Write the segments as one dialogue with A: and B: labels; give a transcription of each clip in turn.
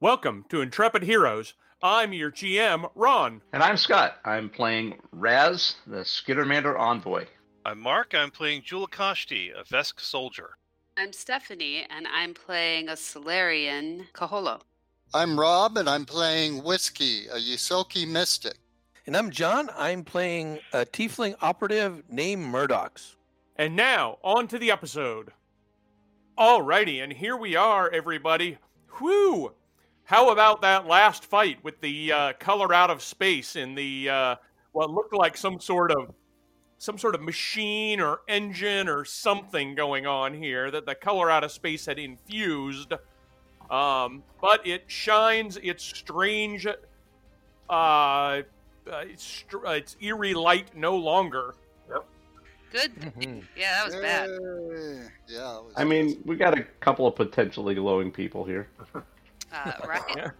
A: Welcome to Intrepid Heroes. I'm your GM, Ron.
B: And I'm Scott. I'm playing Raz, the Skittermander Envoy.
C: I'm Mark. I'm playing Julakashti, a Vesk soldier.
D: I'm Stephanie, and I'm playing a Solarian, Kaholo.
E: I'm Rob, and I'm playing Whiskey, a Yusoki mystic.
F: And I'm John. I'm playing a tiefling operative named Murdochs.
A: And now, on to the episode. Alrighty, and here we are, everybody. Whew! How about that last fight with the uh, color out of space in the uh, what looked like some sort of some sort of machine or engine or something going on here that the color out of space had infused. Um, but it shines its strange, uh, uh, its, str- uh, its eerie light no longer.
D: Good.
A: Oh,
D: Yeah, that was bad.
E: Yay. Yeah. it was
G: I mean, we got a couple of potentially glowing people here.
D: Uh, right?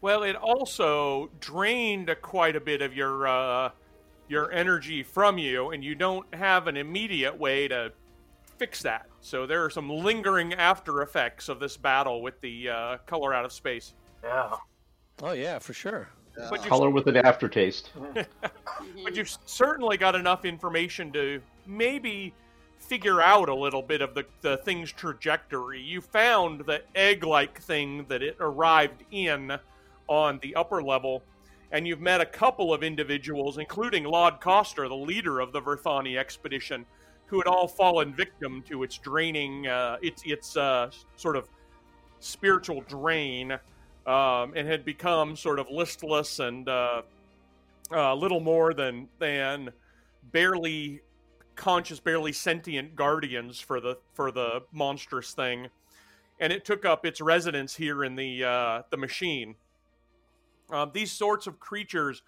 A: Well, it also drained quite a bit of your uh, your energy from you, and you don't have an immediate way to fix that. So there are some lingering after effects of this battle with the uh, color out of space.
C: Yeah.
F: Oh yeah, for sure.
E: Yeah.
A: But you
G: Color with an aftertaste.
A: but
D: Mhm.
A: you've certainly got enough information to maybe figure out a little bit of the, the thing's trajectory. You found the egg like thing that it arrived in on the upper level, and you've met a couple of individuals, including Laud Coster, the leader of the Verthani expedition, who had all fallen victim to its draining, uh, its, its uh, sort of spiritual drain, um, and had become sort of listless and. Uh, uh, little more than than barely conscious, barely sentient guardians for the for the monstrous thing, and it took up its residence here in the uh, the machine. Uh, these sorts of creatures,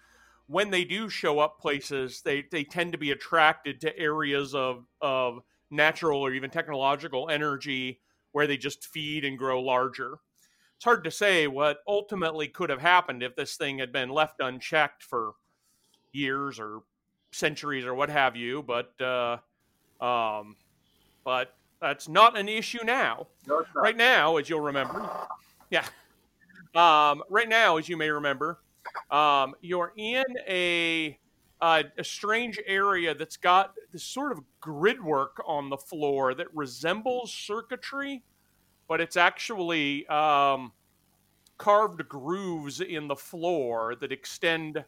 A: when they do show up places, they they tend to be attracted to areas of of natural or even technological energy where they just feed and grow larger. It's hard to say what ultimately could have happened if this thing had been left unchecked for years or centuries or what have you, but uh, um, but that's not an issue now. Right now, as you'll remember, yeah. Um, right now, as you may remember, um, you're in a uh, a strange area that's got this sort of grid work on the floor that resembles circuitry, but it's actually um, carved grooves in the floor that extend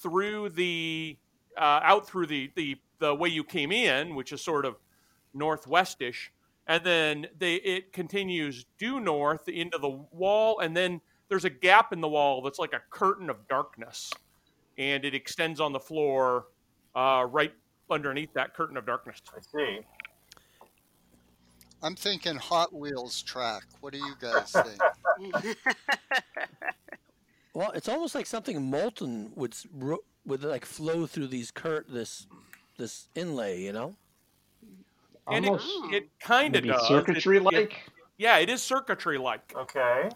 A: through the uh, out through the, the the way you came in, which is sort of northwestish, and then they it continues due north into the wall, and then there's a gap in the wall that's like a curtain of darkness, and it extends on the floor uh, right underneath that curtain of darkness.
C: I see.
E: I'm thinking Hot Wheels track. What do you guys think?
D: Mm-hmm.
F: Well, it's almost like something molten would s- ro- would like flow through these cur this this inlay, you know.
A: And it,
G: Almost
A: it kind of
G: maybe
A: does. It-
G: circuitry like.
A: it- yeah, it is circuitry like.
C: Okay.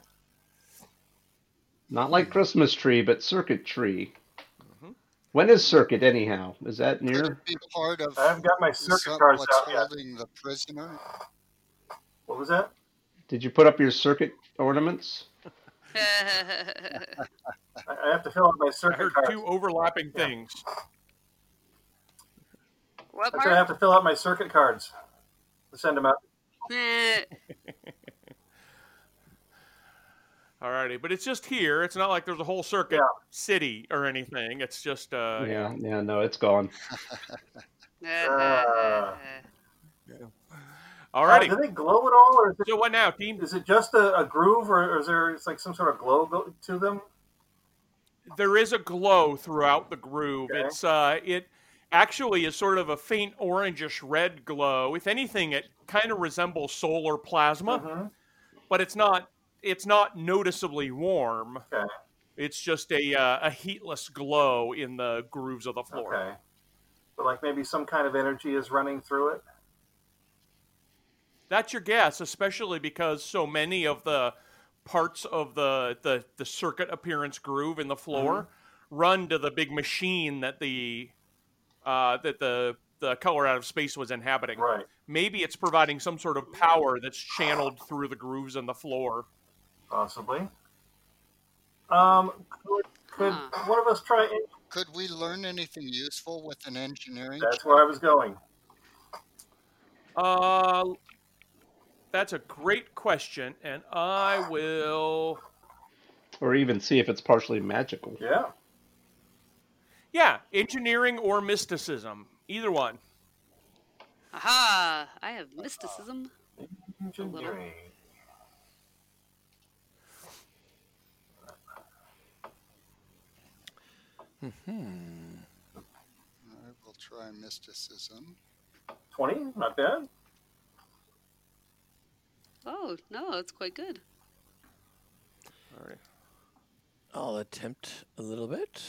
G: Not like Christmas tree, but circuitry.
A: Mm-hmm.
G: When is circuit anyhow? Is that
E: Could
G: near?
E: it be part of
H: I haven't got my
E: some-
H: circuit cards
E: what's
H: out yet.
E: holding the prisoner?
H: What was that?
G: Did you put up your circuit ornaments?
H: I, I have to fill out my
A: I
H: circuit
A: heard
H: cards.
A: two overlapping things.
D: what
H: That's right, I have
D: part?
H: to fill out my circuit cards to send them out.
D: Eh,
A: Alrighty, but it's just here. It's not like there's a whole circuit
H: Yeah.
A: city or anything. It's just uh,
G: yeah, yeah, no, it's gone.
H: Uh.
A: Alrighty.
H: Uh, do they glow at all, or is it,
A: So what now, team?
H: is it just a, a groove, or, or is there it's like some sort of glow go- to them?
A: There is a glow throughout the groove.
H: Okay.
A: It's uh, it actually is sort of a faint orangish red glow. If anything, it kind of resembles solar plasma,
H: Mhm.
A: but it's not. It's not noticeably warm.
H: Okay.
A: It's just a uh, a heatless glow in the grooves of the floor.
H: Okay. But like maybe some kind of energy is running through it.
A: That's your guess, especially because so many of the parts of the the, the circuit appearance groove in the floor run to the big machine that the uh, that the the color out of space was inhabiting.
H: Right.
A: Maybe it's providing some sort of power that's channeled through the grooves in the floor.
H: possibly. Um, could, could
D: Huh.
H: one of us try? en-
E: Could we learn anything useful with an engineering?
H: That's where I was going.
A: Uh, that's a great question, and I will.
G: Or even see if it's partially magical.
H: Yeah.
A: Yeah, engineering or mysticism, either one.
D: Aha! I have mysticism.
H: Engineering.
E: I will try mysticism.
H: 20, not bad.
D: Oh no, it's quite good.
F: I'll attempt a little bit.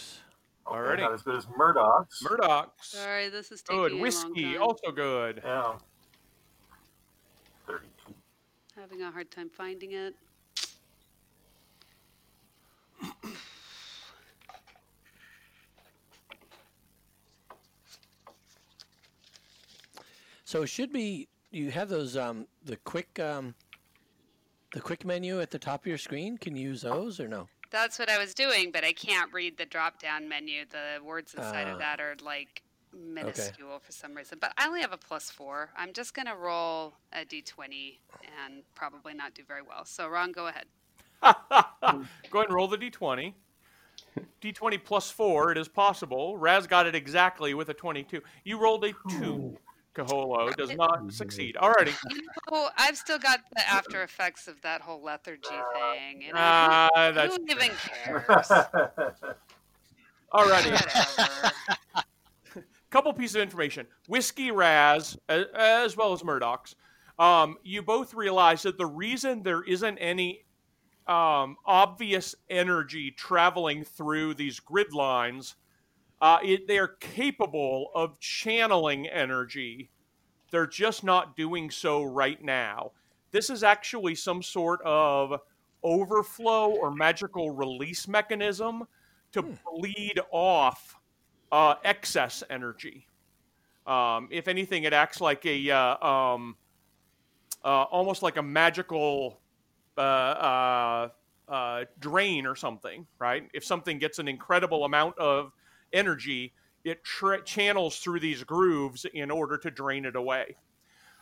H: Okay,
A: Alrighty.
H: Not as good as Murdoch's.
A: Murdoch's
D: Sorry, this is taking
A: good.
D: a long
A: Whiskey
D: time.
A: also good.
H: yeah. 32.
D: Having a hard time finding it.
F: So it should be you have those um the quick um the quick menu at the top of your screen. Can you use those or no?
D: That's what I was doing, but I can't read the drop down menu. The words inside
F: Ah.
D: of that are like minuscule for some reason. But I only have a plus four. I'm just going to roll a d20 and probably not do very well. So, Ron, go ahead.
A: Go ahead and roll the d20. D20 plus four. It is possible. Raz got it exactly with a 22. You rolled a two. Caholo does not succeed. Alrighty.
D: Oh, I've still got the after effects of that whole lethargy thing. You know?
A: Ah,
D: Who-
A: that's
D: Who even cares?
A: alrighty.
D: Whatever.
A: couple pieces of information whiskey raz as, as well as murdoch's um, you both realize that the reason there isn't any um, obvious energy traveling through these grid lines uh, it, they are capable of channeling energy they're just not doing so right now this is actually some sort of overflow or magical release mechanism to bleed off uh, excess energy. Um, if anything, it acts like a uh, um, uh, almost like a magical uh, uh, uh, drain or something, right? If something gets an incredible amount of energy, it tra- channels through these grooves in order to drain it away.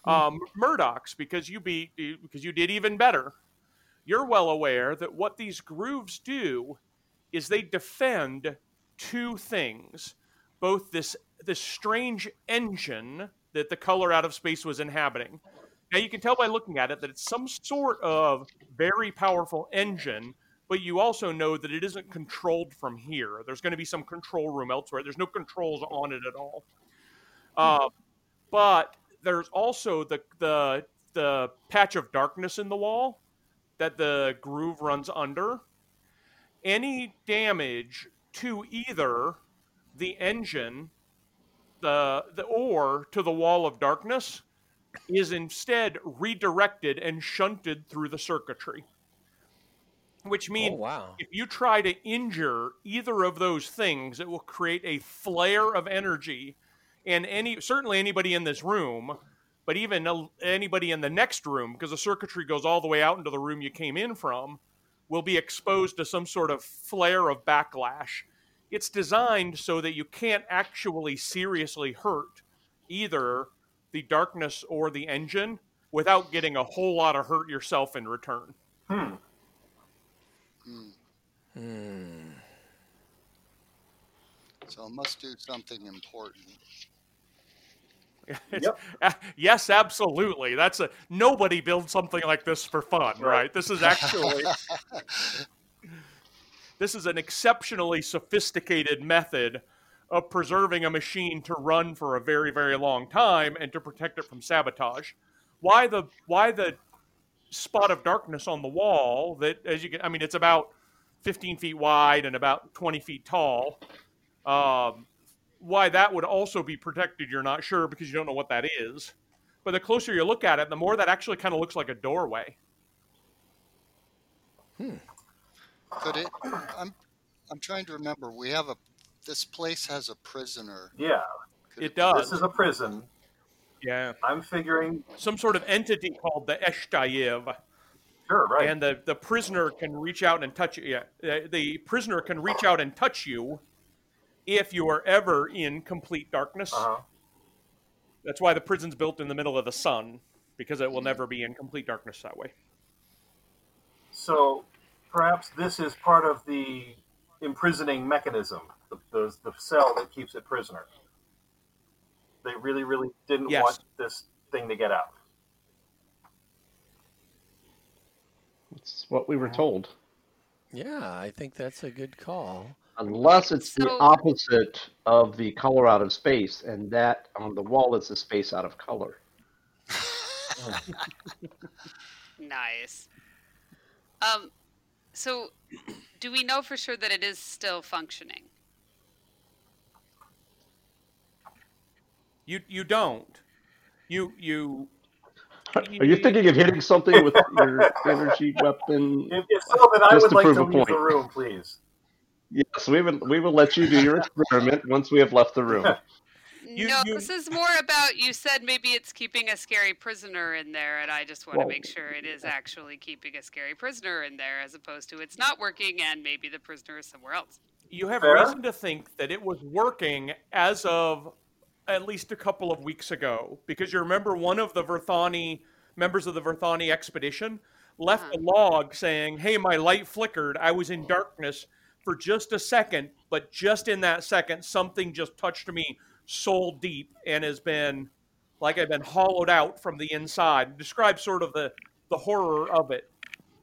A: Um, Murdoch's, because you beat, because you did even better. You're well aware that what these grooves do is they defend two things both this this strange engine that the color out of space was inhabiting now you can tell by looking at it that it's some sort of very powerful engine but you also know that it isn't controlled from here there's going to be some control room elsewhere there's no controls on it at all uh, but there's also the the the patch of darkness in the wall that the groove runs under any damage to either the engine the, the or to the wall of darkness is instead redirected and shunted through the circuitry which means
F: oh wow.
A: if you try to injure either of those things, it will create a flare of energy, and any certainly anybody in this room, but even a- anybody in the next room, because the circuitry goes all the way out into the room you came in from, will be exposed to some sort of flare of backlash. It's designed so that you can't actually seriously hurt either the darkness or the engine without getting a whole lot of hurt yourself in return.
H: Hmm.
F: Hmm.
E: So I must do something important.
H: Yep.
A: Uh, yes, absolutely. That's a nobody builds something like this for fun, right?
H: Right.
A: This is actually this is an exceptionally sophisticated method of preserving a machine to run for a very, very long time and to protect it from sabotage. Why the why the spot of darkness on the wall that as you can I mean it's about 15 feet wide and about 20 feet tall. Um, why that would also be protected, you're not sure because you don't know what that is. But the closer you look at it, the more that actually kind of looks like a doorway.
E: Could it? I'm, I'm trying to remember. We have a. This place has a prisoner.
H: Yeah,
E: Could
A: It
H: this
A: does.
H: is a prison.
A: Yeah.
H: I'm figuring
A: Some sort of entity called the Eshtayev.
H: Sure, right.
A: and the, the prisoner can reach out and touch you. Yeah, uh, the prisoner can reach out and touch you if you are ever in complete darkness.
H: uh-huh.
A: That's why the prison's built in the middle of the sun because it will never be in complete darkness that way.
H: So perhaps this is part of the imprisoning mechanism, the, the, the cell that keeps it prisoner. They really, really didn't
A: Yes.
H: want this thing to get out.
G: It's what we were told.
F: Yeah, I think that's a good call.
G: Unless it's the
D: So-
G: opposite of the color out of space, and that on the wall is the space out of color.
D: Nice. Um, so do we know for sure that it is still functioning?
A: You you don't. You you
G: Are you thinking of hitting something with your energy weapon?
H: If, if so, then I
G: Just
H: would
G: to
H: like
G: prove
H: to
G: a
H: leave the
G: point.
H: room, please.
G: Yes, we will. We will let you do your experiment once we have left the room.
A: You-
D: no,
A: you-
D: this is more about you said maybe it's keeping a scary prisoner in there, and I just want
G: Well,
D: to make sure it is actually keeping a scary prisoner in there as opposed to it's not working and maybe the prisoner is somewhere else.
A: you have
H: Fair.
A: reason to think that it was working as of at least a couple of weeks ago because you remember one of the Verthani members of the Verthani expedition left a log saying, "Hey, my light flickered. I was in darkness for just a second, but just in that second something just touched me soul deep and has been like I've been hollowed out from the inside." Describe sort of the the horror of it.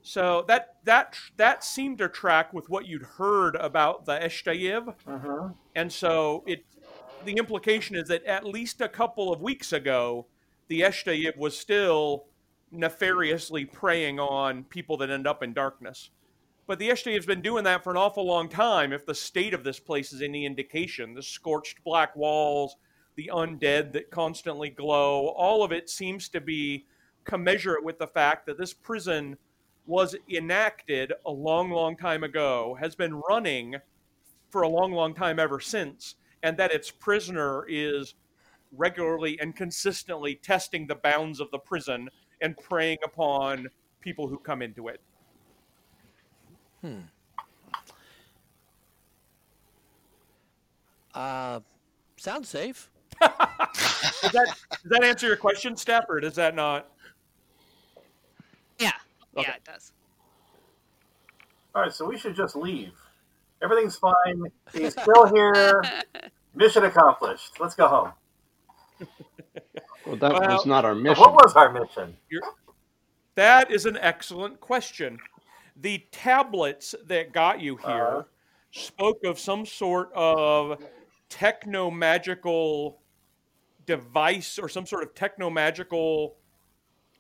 A: So that that that seemed to track with what you'd heard about the Eshtayev,
H: hmm
A: and so it the implication is that at least a couple of weeks ago, the Eshtayev was still nefariously preying on people that end up in darkness. But the Eshtayev's been doing that for an awful long time. If the state of this place is any indication, the scorched black walls, the undead that constantly glow, all of it seems to be commensurate with the fact that this prison was enacted a long, long time ago, has been running for a long, long time ever since, and that its prisoner is regularly and consistently testing the bounds of the prison and preying upon people who come into it.
F: Uh, sounds safe.
A: Does that, does that answer your question, Steph, or does that not?
D: Yeah.
A: Okay.
D: Yeah, it does.
H: All right, so we should just leave. Everything's fine. He's still here. Mission accomplished. Let's go home.
G: Well, that
A: Well-
G: was not our mission.
H: What was our mission?
A: That is an excellent question. The tablets that got you here
H: Uh-huh.
A: spoke of some sort of techno magical device or some sort of techno magical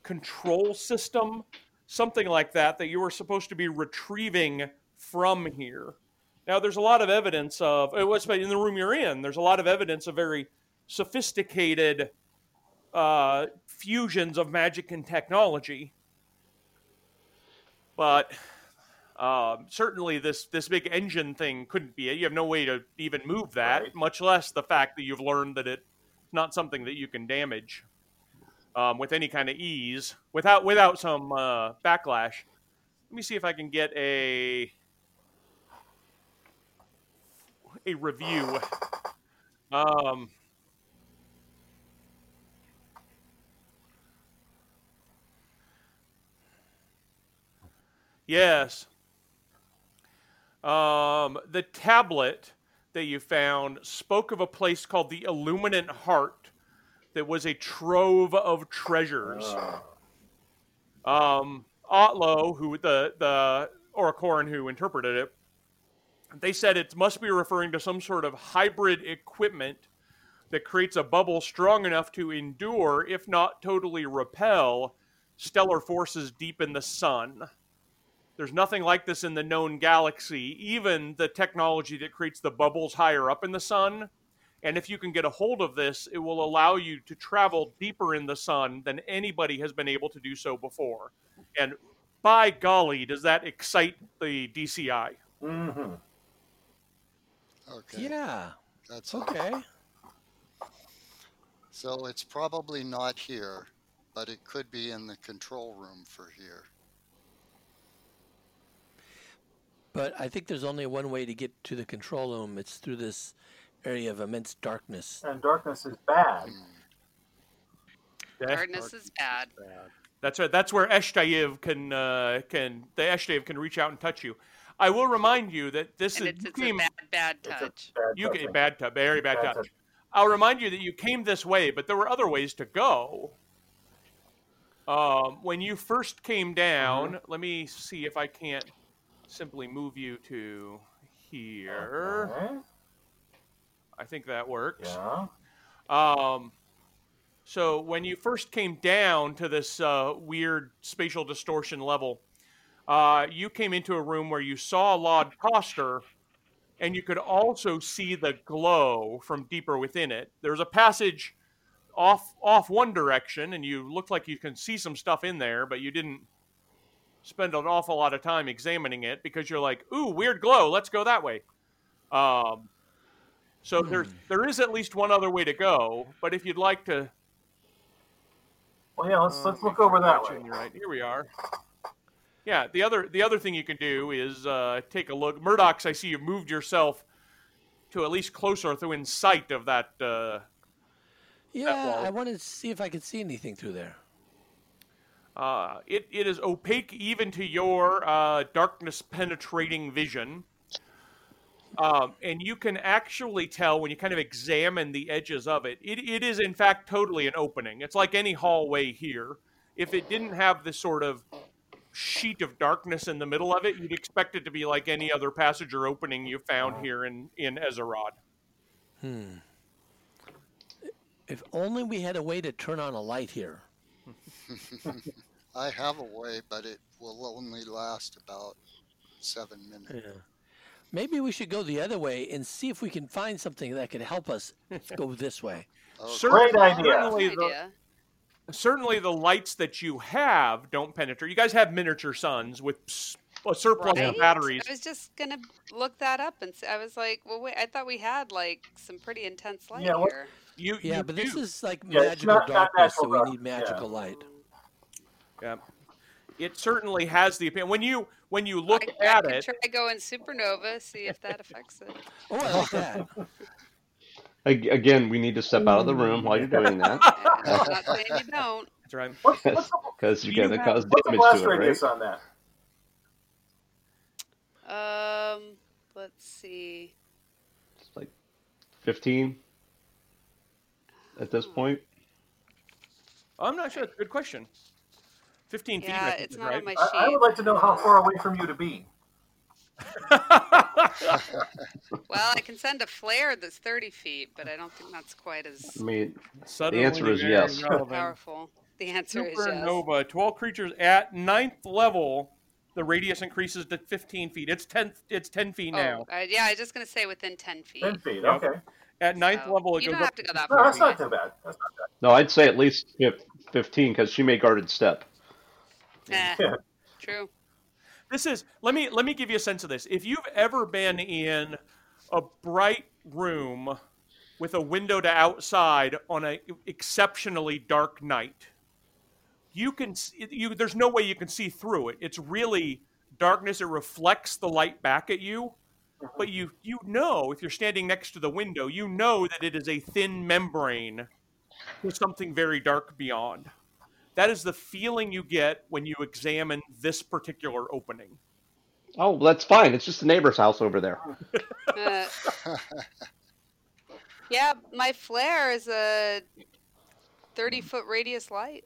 A: control system, something like that, that you were supposed to be retrieving from here. Now, there's a lot of evidence of, uh, what's- in the room you're in, there's a lot of evidence of very sophisticated uh, fusions of magic and technology. But um, certainly, this this big engine thing couldn't be it. You have no way to even move that,
H: Right.
A: much less the fact that you've learned that it's not something that you can damage um, with any kind of ease without without some uh, backlash. Let me see if I can get a a review. Um, Yes. Um, the tablet that you found spoke of a place called the Illuminant Heart that was a trove of treasures. Um, Otlo, who the, the Oracoran who interpreted it, they said it must be referring to some sort of hybrid equipment that creates a bubble strong enough to endure, if not totally repel, stellar forces deep in the sun. There's nothing like this in the known galaxy, even the technology that creates the bubbles higher up in the sun. And if you can get a hold of this, it will allow you to travel deeper in the sun than anybody has been able to do so before. And by golly, does that excite the DCI?
H: hmm
E: Okay,
F: Yeah.
E: that's okay.
F: Okay.
E: So it's probably not here, but it could be in the control room for here.
F: But I think there's only one way to get to the control room. It's through this area of immense darkness.
H: And darkness is bad.
A: That-
D: Darkness is bad.
A: That's right. That's where Eshtayev can uh, can the Eshtayev can reach out and touch you. I will remind you that this
D: And
A: is
D: it's,
A: you
D: it's a
A: came-
D: bad, bad
H: It's a
D: touch.
H: bad
A: you
H: darkness.
A: get bad touch, very bad,
H: Bad
A: touch.
H: touch.
A: I'll remind you that you came this way, but there were other ways to go. Um, when you first came down,
H: Mm-hmm.
A: let me see if I can't simply move you to here.
H: Okay.
A: I think that works.
H: Mm-hmm. Yeah.
A: Um, so when you first came down to this uh, weird spatial distortion level, uh, you came into a room where you saw Laud Coster, and you could also see the glow from deeper within it. There's a passage off off one direction, and you looked like you can see some stuff in there, but you didn't spend an awful lot of time examining it because you're like, "Ooh, weird glow. Let's go that way." Um, so there's there is at least one other way to go, but if you'd like to,
H: Well, yeah. Let's
A: uh,
H: let's
A: make
H: look
A: sure
H: over
A: I'm
H: that
A: watching
H: way.
A: you Right here we are. Yeah, the other the other thing you can do is uh, take a look. Murdoch's, I see you've moved yourself to at least closer to in sight of that. Uh,
F: Yeah,
A: wall.
F: I wanted to see if I could see anything through there.
A: uh, it it is opaque even to your uh, darkness penetrating vision. Um, and you can actually tell when you kind of examine the edges of it, it, it is in fact totally an opening. It's like any hallway here. If it didn't have this sort of sheet of darkness in the middle of it, you'd expect it to be like any other passage or opening you found here in, in Ezerod.
F: Hmm. If only we had a way to turn on a light here.
E: I have a way, but it will only last about seven minutes.
F: Maybe we should go the other way and see if we can find something that could help us go this way.
A: Uh,
E: Okay.
H: Great idea.
A: Certainly the,
D: Idea.
A: certainly the lights that you have don't penetrate. You guys have miniature suns with s- a surplus
D: Right?
A: of batteries.
D: I was just gonna look that up and see, I was like, well, wait, I thought we had like some pretty intense light
H: Yeah, what-
D: here.
A: You,
F: Yeah,
A: you
F: but
A: do.
F: this is like
H: Yeah, it's
F: magical
H: not- not
F: darkness, so
H: natural
F: we
H: dark-
F: need
H: yeah.
F: magical light.
A: it certainly has the appearance. When you when you look
D: I,
A: at
D: I could
A: it,
D: try going supernova, see if that affects it.
F: Oh, I like that.
G: Ag- Again, we need to step out of the room while you're doing that
D: I'm not saying you don't.
A: that's right.
H: What's, what's, the,
G: because you're
A: You
G: going to
A: have-
G: cause
H: what's the
G: damage
H: blast
G: to it, right?
H: radius on that?
D: Um, let's see.
G: It's like 15 at this point.
A: I'm not sure. That's a good question. Fifteen feet. I
D: Yeah,
A: think
D: it's
A: is
D: not
A: right.
D: on my
H: I, I
D: sheet.
H: would like to know how far away from you to be.
D: Well, I can send a flare that's 30 feet, but I don't think that's quite as
G: I mean,
A: Suddenly
G: answer is
A: very
G: yes.
A: relevant.
D: powerful. The answer is yes.
A: Supernova. To all creatures at ninth level, the radius increases to fifteen feet. It's ten. It's ten feet now.
D: Oh, I, yeah, I was just gonna say within 10 feet.
H: Ten feet.
A: Yep.
H: Okay.
A: At ninth
D: So,
A: level, it
D: you
A: goes
D: don't
A: up
D: have to go that
H: No,
D: far.
H: that's not too bad. That's not bad.
G: no, I'd say at least fif- 15 because she made guarded step.
D: Eh,
H: Yeah.
D: True.
A: this is let me let me give you a sense of this if you've ever been in a bright room with a window to outside on an exceptionally dark night you can s- you there's no way you can see through it it's really darkness it reflects the light back at you but you you know if you're standing next to the window you know that it is a thin membrane with something very dark beyond that is the feeling you get when you examine this particular opening
G: Oh, that's fine. It's just the neighbor's house over there.
D: Uh, yeah, my flare is a 30 foot radius light.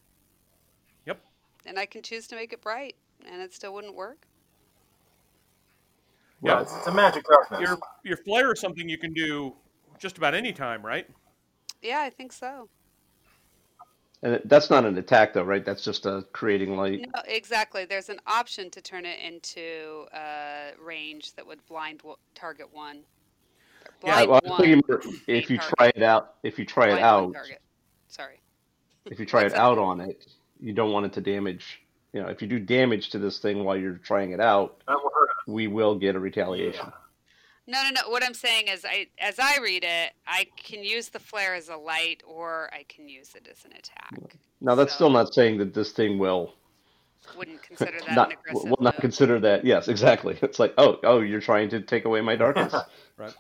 A: Yep.
D: And I can choose to make it bright, and it still wouldn't work.
A: Yeah.
H: Yeah, it's, it's a magic darkness.
A: your your flare is something you can do just about any time, right?
D: Yeah, I think so.
G: And it- that's not an attack, though, right? That's just uh, creating light.
D: No, exactly. There's an option to turn it into a range that would blind wo- target one. Or
A: Yeah,
D: Blind
G: well, I was
D: one.
G: thinking more if you
D: target.
G: try it out, if you try it
D: blind
G: out,
D: one target. Sorry.
G: if you try it
D: What's
G: out on it, you don't want it to damage. You know, if you do damage to this thing while you're trying it out,
H: That will hurt.
G: we will get a retaliation.
D: No, no, no. What I'm saying is, I as I read it, I can use the flare as a light, or I can use it as an attack.
G: Now, that's
D: So-
G: still not saying that this thing will
D: Wouldn't consider that
G: not
D: an aggressive
G: will not
D: move.
G: consider that. Yes, exactly. It's like, oh, oh, you're trying to take away my darkness.
I: Right.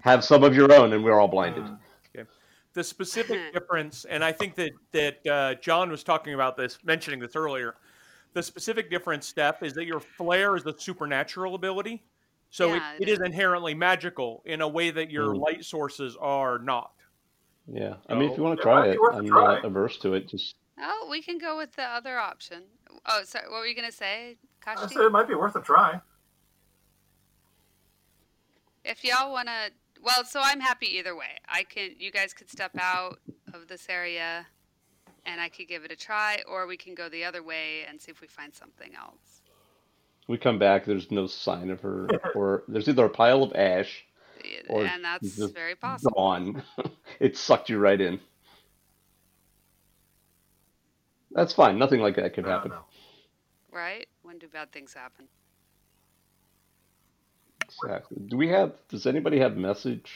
G: Have some of your own, and we're all blinded.
A: the specific difference, and I think that that uh, John was talking about this, mentioning this earlier. The specific difference, Steph, is that your flare is a supernatural ability, so
D: Yeah,
A: it,
D: it
A: it is inherently magical in a way that your
G: Mm.
A: light sources are not.
G: Yeah, I mean, if
H: So,
G: you want
H: it
G: to try
H: might be
G: it,
H: worth a
G: I'm
H: try.
G: not averse to it. Just
D: Oh, we can go with the other option. Oh, sorry. What were you going to say,
H: I
D: Kashi?
H: said it might be worth a try.
D: If y'all want to, well, so I'm happy either way. I can, you guys could step out of this area, and I could give it a try, or we can go the other way and see if we find something else.
G: we come back, there's no sign of her, or there's either a pile of ash
D: Y-
G: Or
D: and that's
G: just
D: very possible.
G: gone. it sucked you right in. That's fine. Nothing like that could
H: I don't
G: happen.
H: know.
D: Right? When do bad things happen?
G: Exactly. Do we have? Does anybody have message?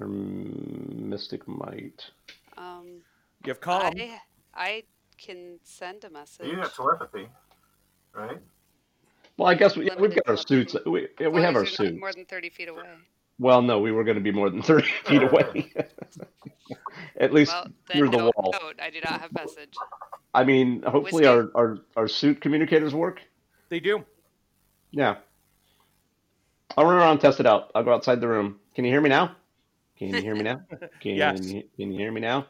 G: Or mystic might.
D: Um,
A: You have calm.
D: I, I can send a message.
H: You have telepathy, right?
G: Well, I guess we, yeah, we've
D: Limited
G: got our suits. We, yeah,
D: As
G: we
D: long
G: have
D: as
G: our
D: you're
G: suits.
D: Oh, not More than 30 feet away.
G: Well, no, we were going to be more than thirty feet away. At least
D: Well, then
G: near the
D: no,
G: wall.
D: no, I do not have message.
G: I mean, hopefully our, our our suit communicators work.
A: They do.
G: Yeah. I'll run around, test it out. I'll go outside the room. Can you hear me now? Can you hear me now? Can,
A: Yes.
G: you, can you hear me now?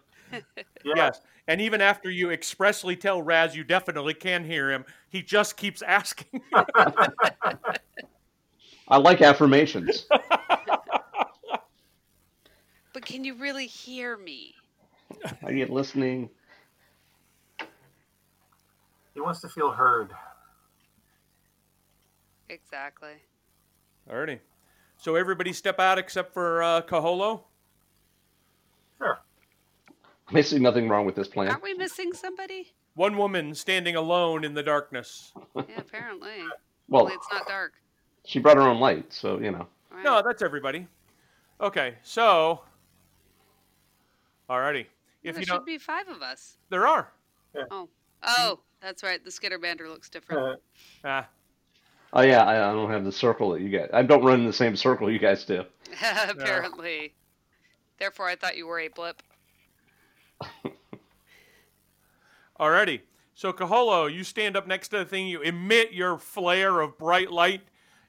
H: Yeah.
A: Yes. And even after you expressly tell Raz you definitely can hear him, he just keeps asking.
G: I like affirmations.
D: But can you really hear me?
G: Are you listening?
H: He wants to feel heard.
D: Exactly.
A: Alrighty. So everybody step out except for uh, Kaholo.
H: Sure.
G: I see nothing wrong with this plan.
D: Aren't we missing somebody?
A: One woman standing alone in the darkness.
D: Yeah, apparently.
G: Well,
D: Only it's not dark.
G: she brought her own light, so, you know.
D: Right.
A: No, that's everybody. Okay, so. Alrighty. If
D: there
A: you
D: should
A: don't,
D: be five of us.
A: there are.
D: Oh, that's right. The Skitterbander looks different.
H: Uh,
A: Ah,
G: Oh, yeah, I, I don't have the circle that you guys... I don't run in the same circle you guys do.
H: Uh,
D: Apparently. Therefore, I thought you were a blip.
A: alrighty. So Kaholo, you stand up next to the thing. You emit your flare of bright light,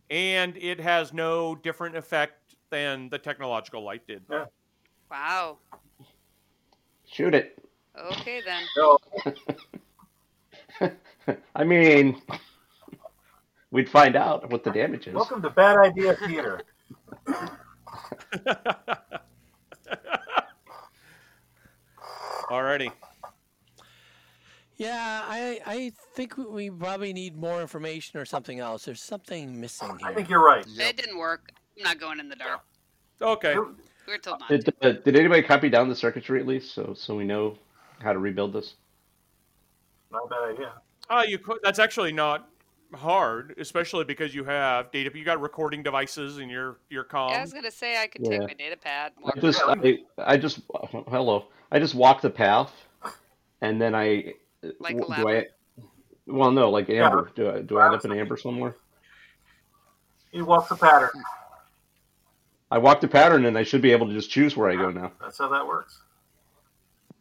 A: and it has no different effect than the technological light did.
D: Wow.
G: Shoot it.
D: Okay then.
H: no,
G: I mean, we'd find out what the damage is.
H: welcome to Bad Idea Theater.
A: Alrighty.
F: Yeah, I I think we- we probably need more information or something else. There's something missing
H: I think
F: here.
H: you're right.
D: It didn't work. I'm not going in the dark.
A: Okay.
D: We were told not
G: Did,
D: to.
G: uh, did anybody copy down the circuitry at least, so, so we know how to rebuild this?
H: Not a bad idea.
A: Ah, you could. That's actually not hard, especially because you have data. You got recording devices in your your comm.
D: Yeah, I was gonna say I could take
G: Yeah.
D: my data pad. and
G: I
D: walk
G: just,
D: around
G: I, I just, hello. I just walk the path, and then I
D: like a
G: w-
D: lab.
G: do I. Well, no, like Amber. Do I do I end up in Amber somewhere?
H: He walks the pattern.
G: I walk the pattern, and I should be able to just choose where I go now.
H: That's how that works.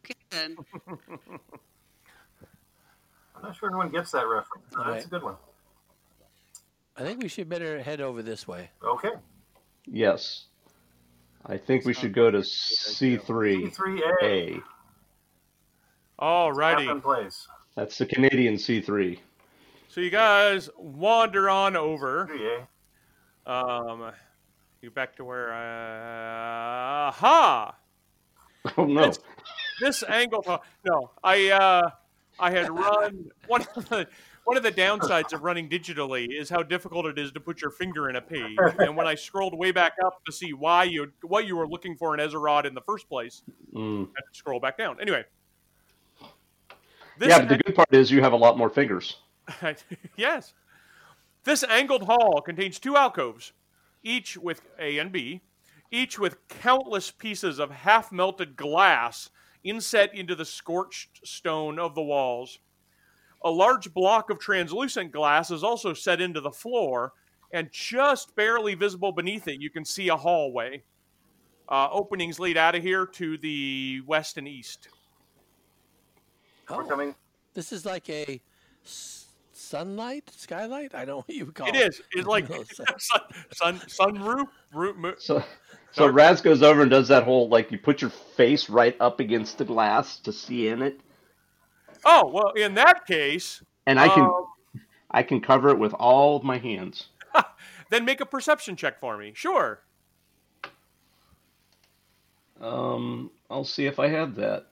D: Okay, then.
H: I'm not sure everyone gets that reference. No, That's a good one.
F: I think we should better head over this way.
H: Okay.
G: Yes, I think we should go to C three
H: E3A.
G: A.
H: Tap in
A: Alrighty.
H: place.
G: That's the Canadian C three.
A: So you guys wander on over.
H: 3A.
A: Um, you back to where? Uh, aha!
G: Oh no!
A: It's- This angle. oh, No, I uh, I had run one of the one of the downsides of running digitally is how difficult it is to put your finger in a page. And when I scrolled way back up to see why you what you were looking for in Ezerod in the first place,
G: Mm.
A: I had to scroll back down. Anyway. This
G: Yeah, but the good part is you have a lot more fingers.
A: yes. This angled hall contains two alcoves, each with A and B, each with countless pieces of half melted glass inset into the scorched stone of the walls. A large block of translucent glass is also set into the floor, and just barely visible beneath it, you can see a hallway. Uh, openings lead out of here to the west and east.
H: We're
F: Oh,
H: coming.
F: this is like a s- sunlight, skylight. I don't know what you would call
A: It
F: it.
A: is. It's like
F: No, it's-
A: sun, sun, sunroof. Roo, mo-
G: So, so Raz goes over and does that whole like you put your face right up against the glass to see in it,
A: oh well, in that case,
G: and I can
A: um,
G: I can cover it with all of my hands.
A: then make a perception check for me. Sure.
G: Um, I'll see if I have that.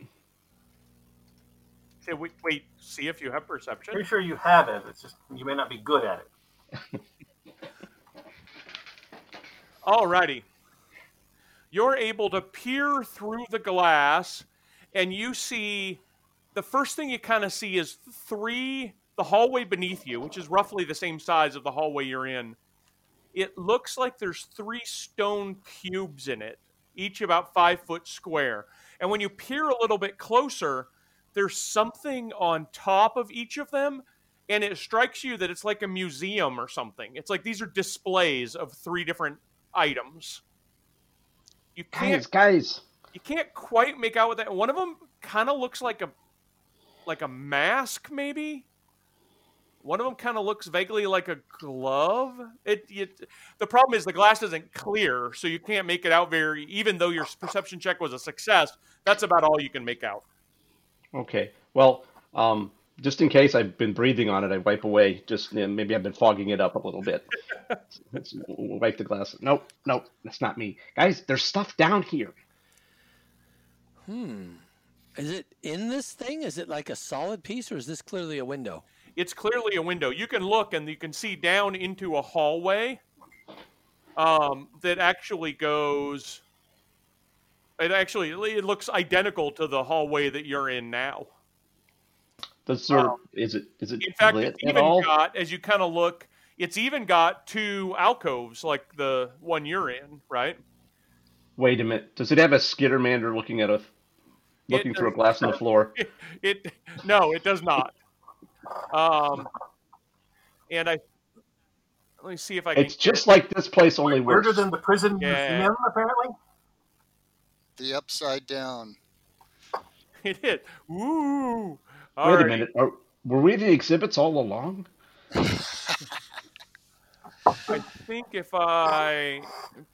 A: Say, wait, wait, see if you have perception.
H: Pretty sure you have it. It's just you may not be good at it.
A: Alrighty. You're able to peer through the glass, and you see the first thing you kind of see is three, the hallway beneath you, which is roughly the same size of the hallway you're in. It looks like there's three stone cubes in it, each about five foot square. And when you peer a little bit closer, there's something on top of each of them and it strikes you that it's like a museum or something. It's like these are displays of three different items. You can't
G: Guys, guys,
A: you can't quite make out what that one of them kind of looks like a like a mask maybe. One of them kind of looks vaguely like a glove. It, it the problem is the glass isn't clear, so you can't make it out very even though your perception check was a success. That's about all you can make out.
G: Okay. Well, um, just in case I've been breathing on it, I wipe away. Just yeah, maybe I've been fogging it up a little bit. Let's wipe the glass. Nope, nope, that's not me. Guys, there's stuff down here.
F: Hmm. Is it in this thing? Is it like a solid piece, or is this clearly a window?
A: it's clearly a window. You can look and you can see down into a hallway um, that actually goes. It actually it looks identical to the hallway that you're in now.
G: Does there, is it is it
A: In fact,
G: lit
A: it's
G: at
A: even
G: all?
A: got as you kind of look. It's even got two alcoves like the one you're in, right?
G: Wait a minute. Does it have a skittermander looking at a looking through a
A: does.
G: glass on the floor?
A: It no, it does not. Um, and I let me see if I can.
G: It's just like this place, only worse.
H: Weirder than the prison
A: Yeah.
H: museum, apparently.
E: The upside down.
A: it hit. Ooh.
G: Wait
A: All
G: a
A: right.
G: minute. Are, were we the exhibits all along?
A: I think if I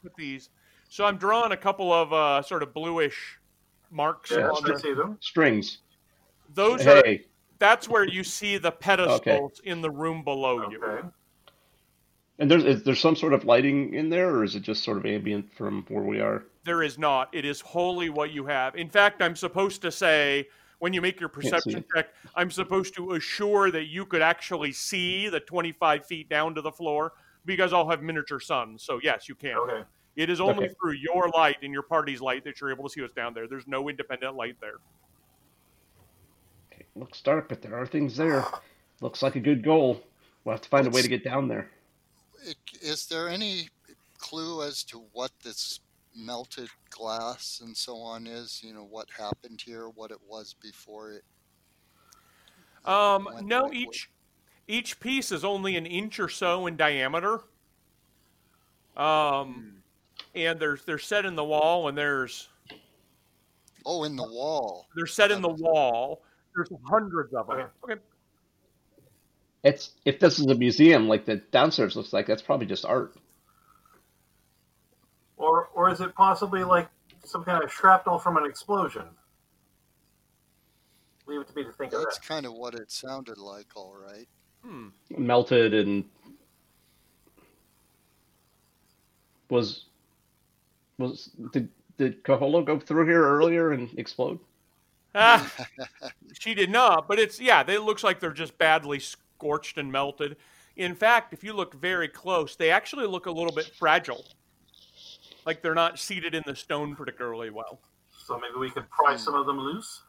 A: put these, so I'm drawing a couple of uh, sort of bluish marks.
H: Yeah,
A: on
H: I
A: the,
H: see them.
G: Strings.
A: those are
G: hey,
A: that's where you see the pedestals in the room below you.
H: Okay.
G: and there's is there some sort of lighting in there, or is it just sort of ambient from where we are?
A: There is not. It is wholly what you have. In fact, I'm supposed to say when you make your
G: see
A: perception
G: it.
A: check, I'm supposed to assure that you could actually see the 25 feet down to the floor because I'll have miniature suns. So yes, you can.
H: Okay.
A: It is only
G: Okay.
A: through your light and your party's light that you're able to see what's down there. There's no independent light there.
G: It looks dark, but there are things there. Looks like a good goal. We'll have to find a way to get down there.
E: It, is there any clue as to what this melted glass and so on is? You know, what happened here, what it was before it?
A: Um,
E: went
A: no,
E: that way?
A: each each piece is only an inch or so in diameter. Um,
G: Hmm.
A: and they're they're set in the wall, and there's
E: Oh, in the wall.
A: they're set in the wall. There's hundreds of them. Okay,
G: It's if this is a museum, like the downstairs looks like, that's probably just art.
H: Or or is it possibly like some kind of shrapnel from an explosion? Leave it to me to think of
E: That's
H: that.
E: kind of what it sounded like, all right.
A: hmm.
G: Melted and was was did did Caholo go through here earlier and explode?
A: Ah, she did not, but it's yeah, they it looks like they're just badly scorched and melted. In fact, if you look very close, they actually look a little bit fragile. Like they're not seated in the stone particularly well.
H: So maybe we could pry some of them loose.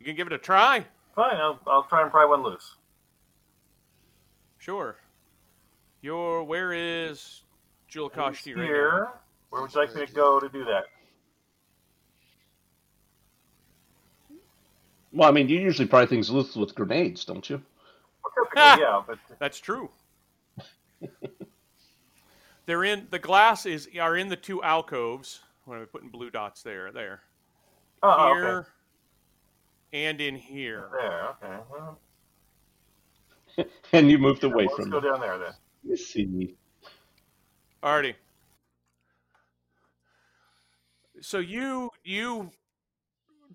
A: You can give it a try.
H: Fine, I'll, I'll try and pry one loose.
A: Sure. Your where is Julakashi right now?
H: Here, where would you like me to go to do that?
G: Well, I mean, you usually pry things loose with grenades, don't you?
H: Well, typically, yeah, but
A: That's true. They're in the glass is are in the two alcoves. What am I putting blue dots there? There,
H: oh,
A: here,
H: okay.
A: and in here.
H: There, okay. Well,
G: And you moved away
H: let's
G: from
H: go
G: it.
H: down there then.
G: Let's see.
A: Alrighty. So you you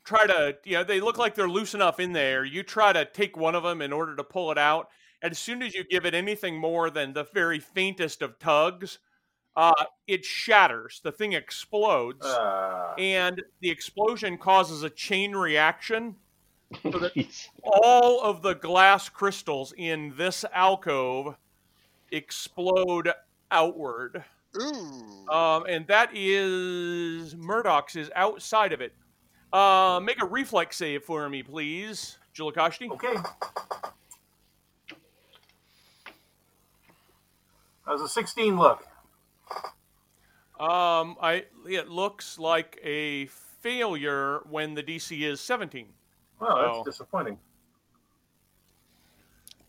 A: try to you know they look like they're loose enough in there. You try to take one of them in order to pull it out. And as soon as you give it anything more than the very faintest of tugs, uh, it shatters. The thing explodes,
H: Uh,
A: and the explosion causes a chain reaction
G: Jeez.
A: all of the glass crystals in this alcove explode outward.
E: Ooh.
A: Um, and that is Murdoch's is outside of it. Uh, make a reflex save for me, please, Julakashti.
H: okay. That was a 16 look.
A: Um, I it looks like a failure when the DC is 17.
H: Well, that's
A: Oh.
H: disappointing.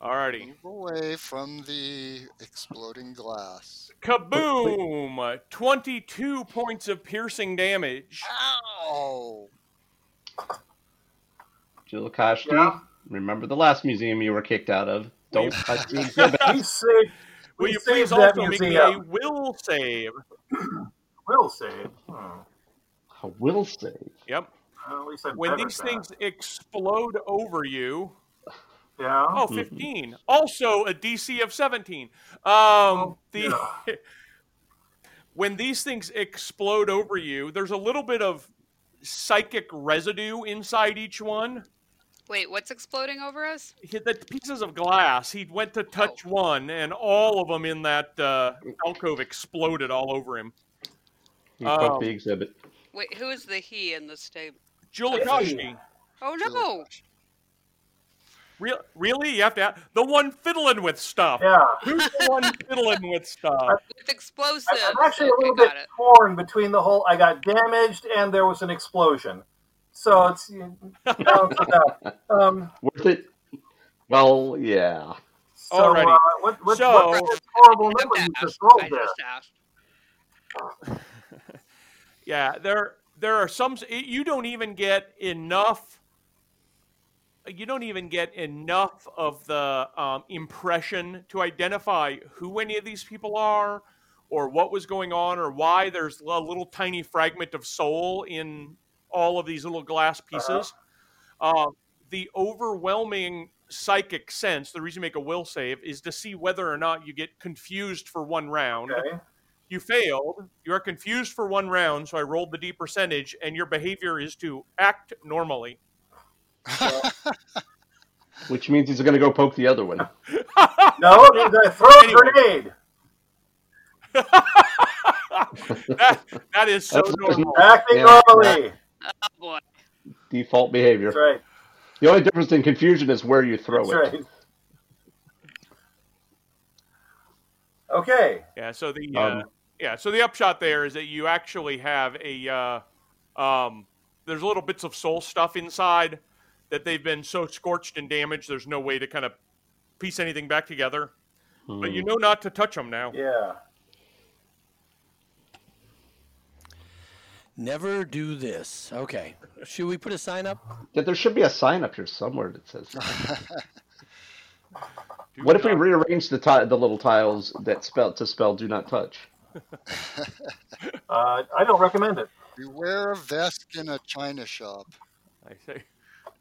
A: Alrighty.
E: Move away from the exploding glass.
A: Kaboom! 22 points of piercing damage.
E: Ow!
G: Jill Koshti,
H: Yeah.
G: remember the last museum you were kicked out of. Don't touch the exhibit.
H: We saved.
A: Will
H: We
A: you
H: saved
A: please
H: that
A: also make me a
H: museum.
A: will save?
H: Will save. Hmm.
G: I will say.
A: Yep.
H: Well, at least I
A: When these
H: that.
A: things explode over you,
H: Yeah.
A: Oh,
G: Mhm.
A: 15. Also a DC of 17. Um, the
H: Oh, yeah.
A: when these things explode over you, there's a little bit of psychic residue inside each one.
D: Wait, what's exploding over us?
A: He- The pieces of glass. He went to touch one, and all of them in that uh, alcove exploded all over him.
G: You fucked
A: Um,
G: the exhibit.
D: Wait, who is the he in this table?
A: Julikashi.
D: Oh
E: Jill.
D: no!
A: Real, really? You have to have, the one fiddling with stuff.
H: yeah.
A: Who's the one fiddling with stuff?
D: With explosives.
H: I- I'm actually a
D: Okay,
H: little bit
D: got it.
H: torn between the whole I got damaged and there was an explosion. So it's you know, balance it out. Um,
G: Worth it? Well, yeah.
H: so,
A: Alrighty.
H: uh, what, what,
A: So-
H: what's this horrible
D: I
H: number you
D: just
H: just rolled
D: asked. I
H: there?
D: just asked.
A: Yeah, there there are some. You don't even get enough. You don't even get enough of the um, impression to identify who any of these people are, or what was going on, or why there's a little tiny fragment of soul in all of these little glass pieces. Uh, the overwhelming psychic sense, the reason you make a will save, is to see whether or not you get confused for one round.
H: Okay.
A: You failed. You are confused for one round, so I rolled the D percentage, and your behavior is to act normally.
G: Which means he's going to go poke the other one.
H: No, I throw a
A: Anyway.
H: grenade.
A: That, that is so
G: That's-
A: normal.
H: Acting
G: Yeah.
H: normally.
D: Oh boy.
G: Default behavior.
H: That's right.
G: The only difference in confusion is where you throw it.
H: That's right. Okay.
A: Yeah. So the uh,
G: Um,
A: yeah. So the upshot there is that you actually have a uh, um, there's little bits of soul stuff inside that they've been so scorched and damaged. There's no way to kind of piece anything back together. But
G: Hmm.
A: you know not to touch them now.
H: Yeah.
F: Never do this. Okay. Should we put a sign up?
G: Yeah, there should be a sign up here somewhere that says. what if we rearrange the ti- the little tiles that spell to spell "do not touch"?
H: Uh, I don't recommend it.
E: Beware of Vesk in a china shop.
A: I say.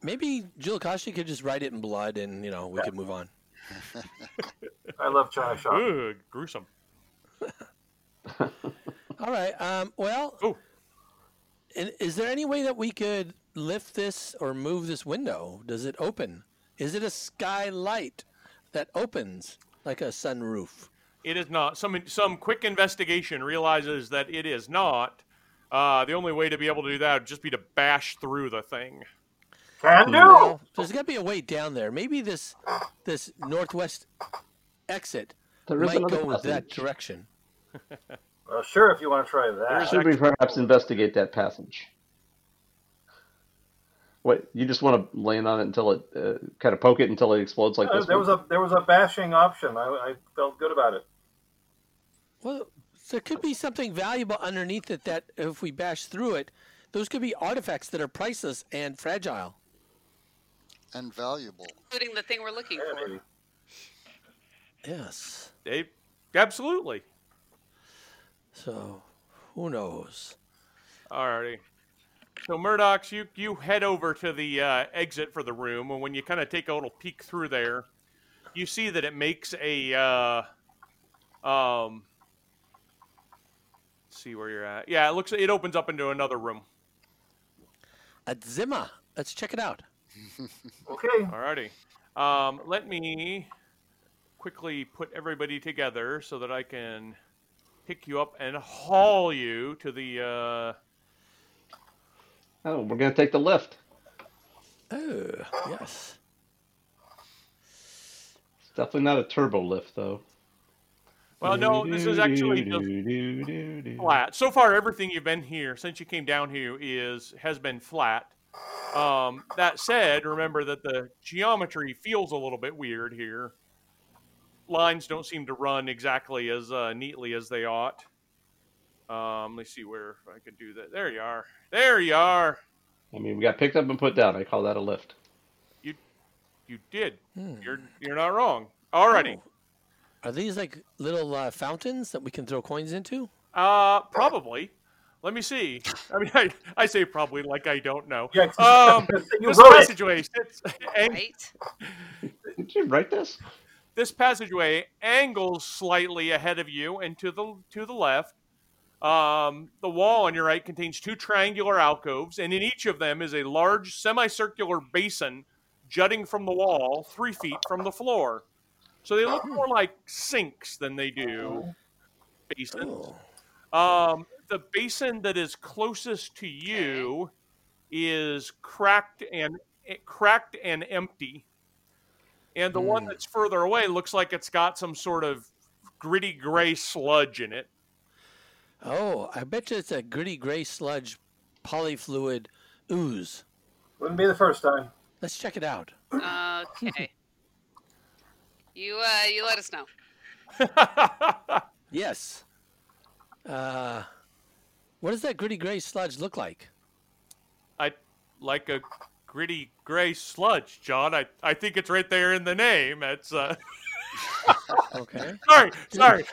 F: Maybe Jill Kashi could just write it in blood and, you know, we could move on.
H: I love China shop.
A: Ugh, gruesome.
F: All right. Um, well,
A: Ooh.
F: i- is there any way that we could lift this or move this window? Does it open? Is it a skylight that opens like a sunroof?
A: It is not. Some some quick investigation realizes that it is not. Uh, the only way to be able to do that would just be to bash through the thing.
H: Can do.
A: Mm.
F: Well, there's got to be a way down there. Maybe this this northwest exit
G: There is
F: might
G: another
F: go that
G: passage.
F: direction.
H: Well, Uh, sure, if you want to try that.
A: There's
G: Should we perhaps investigate that passage? What you just want to land on it until it uh, kind of poke it until it explodes like
H: Uh,
G: this?
H: there was
G: one?
H: a there was a bashing option. I, I felt good about it.
F: Well, there could be something valuable underneath it that if we bash through it, those could be artifacts that are priceless and fragile.
E: and valuable.
D: including the thing we're looking
H: Yeah,
D: for.
H: maybe.
F: Yes.
A: They, absolutely.
F: So, who knows?
A: Alrighty. So Murdoch's, you you head over to the uh, exit for the room, and when you kind of take a little peek through there, you see that it makes a. Uh, um, see where you're at. Yeah, it looks. It opens up into another room.
F: At Zima, let's check it out.
H: Okay.
A: Alrighty. Um, let me quickly put everybody together so that I can pick you up and haul you to the. Uh,
G: Oh, we're gonna take the lift.
F: Oh, yes.
G: It's definitely not a turbo lift though.
A: well, no, this is actually just flat. So far, everything you've been here since you came down here is has been flat. Um, that said, remember that the geometry feels a little bit weird here. Lines don't seem to run exactly as uh, neatly as they ought. Um, let me see where I can do that. There you are. There you are.
G: I mean, we got picked up and put down. I call that a lift.
A: You did.
H: Hmm.
A: You're you're not wrong. Alrighty.
F: Are these like little uh, fountains that we can throw coins into?
H: Oh.
A: Uh, probably. Let me see. I mean, I, I say probably like I don't know.
H: Yeah, 'cause-
A: Um,
H: you
A: this
H: wrote it.
A: passageway sits ang-
D: Right?
G: Did you write this?
A: this passageway angles slightly ahead of you and to the to the left. Um, the wall on your right contains two triangular alcoves, and in each of them is a large semicircular basin jutting from the wall three feet from the floor. So they look more like sinks than they do basins.
F: Oh,
A: Um, the basin that is closest to you is cracked and it cracked and empty, and the one that's further away looks like it's got some sort of gritty gray sludge in it.
F: oh I bet you it's a gritty gray sludge polyfluid ooze.
H: Wouldn't be the first time.
F: Let's check it out.
D: Okay. you uh, you let us know.
F: Yes. Uh, what does that gritty gray sludge look like?
A: I like a gritty gray sludge, John. I, I think it's right there in the name. It's uh,
F: Okay.
A: sorry, sorry.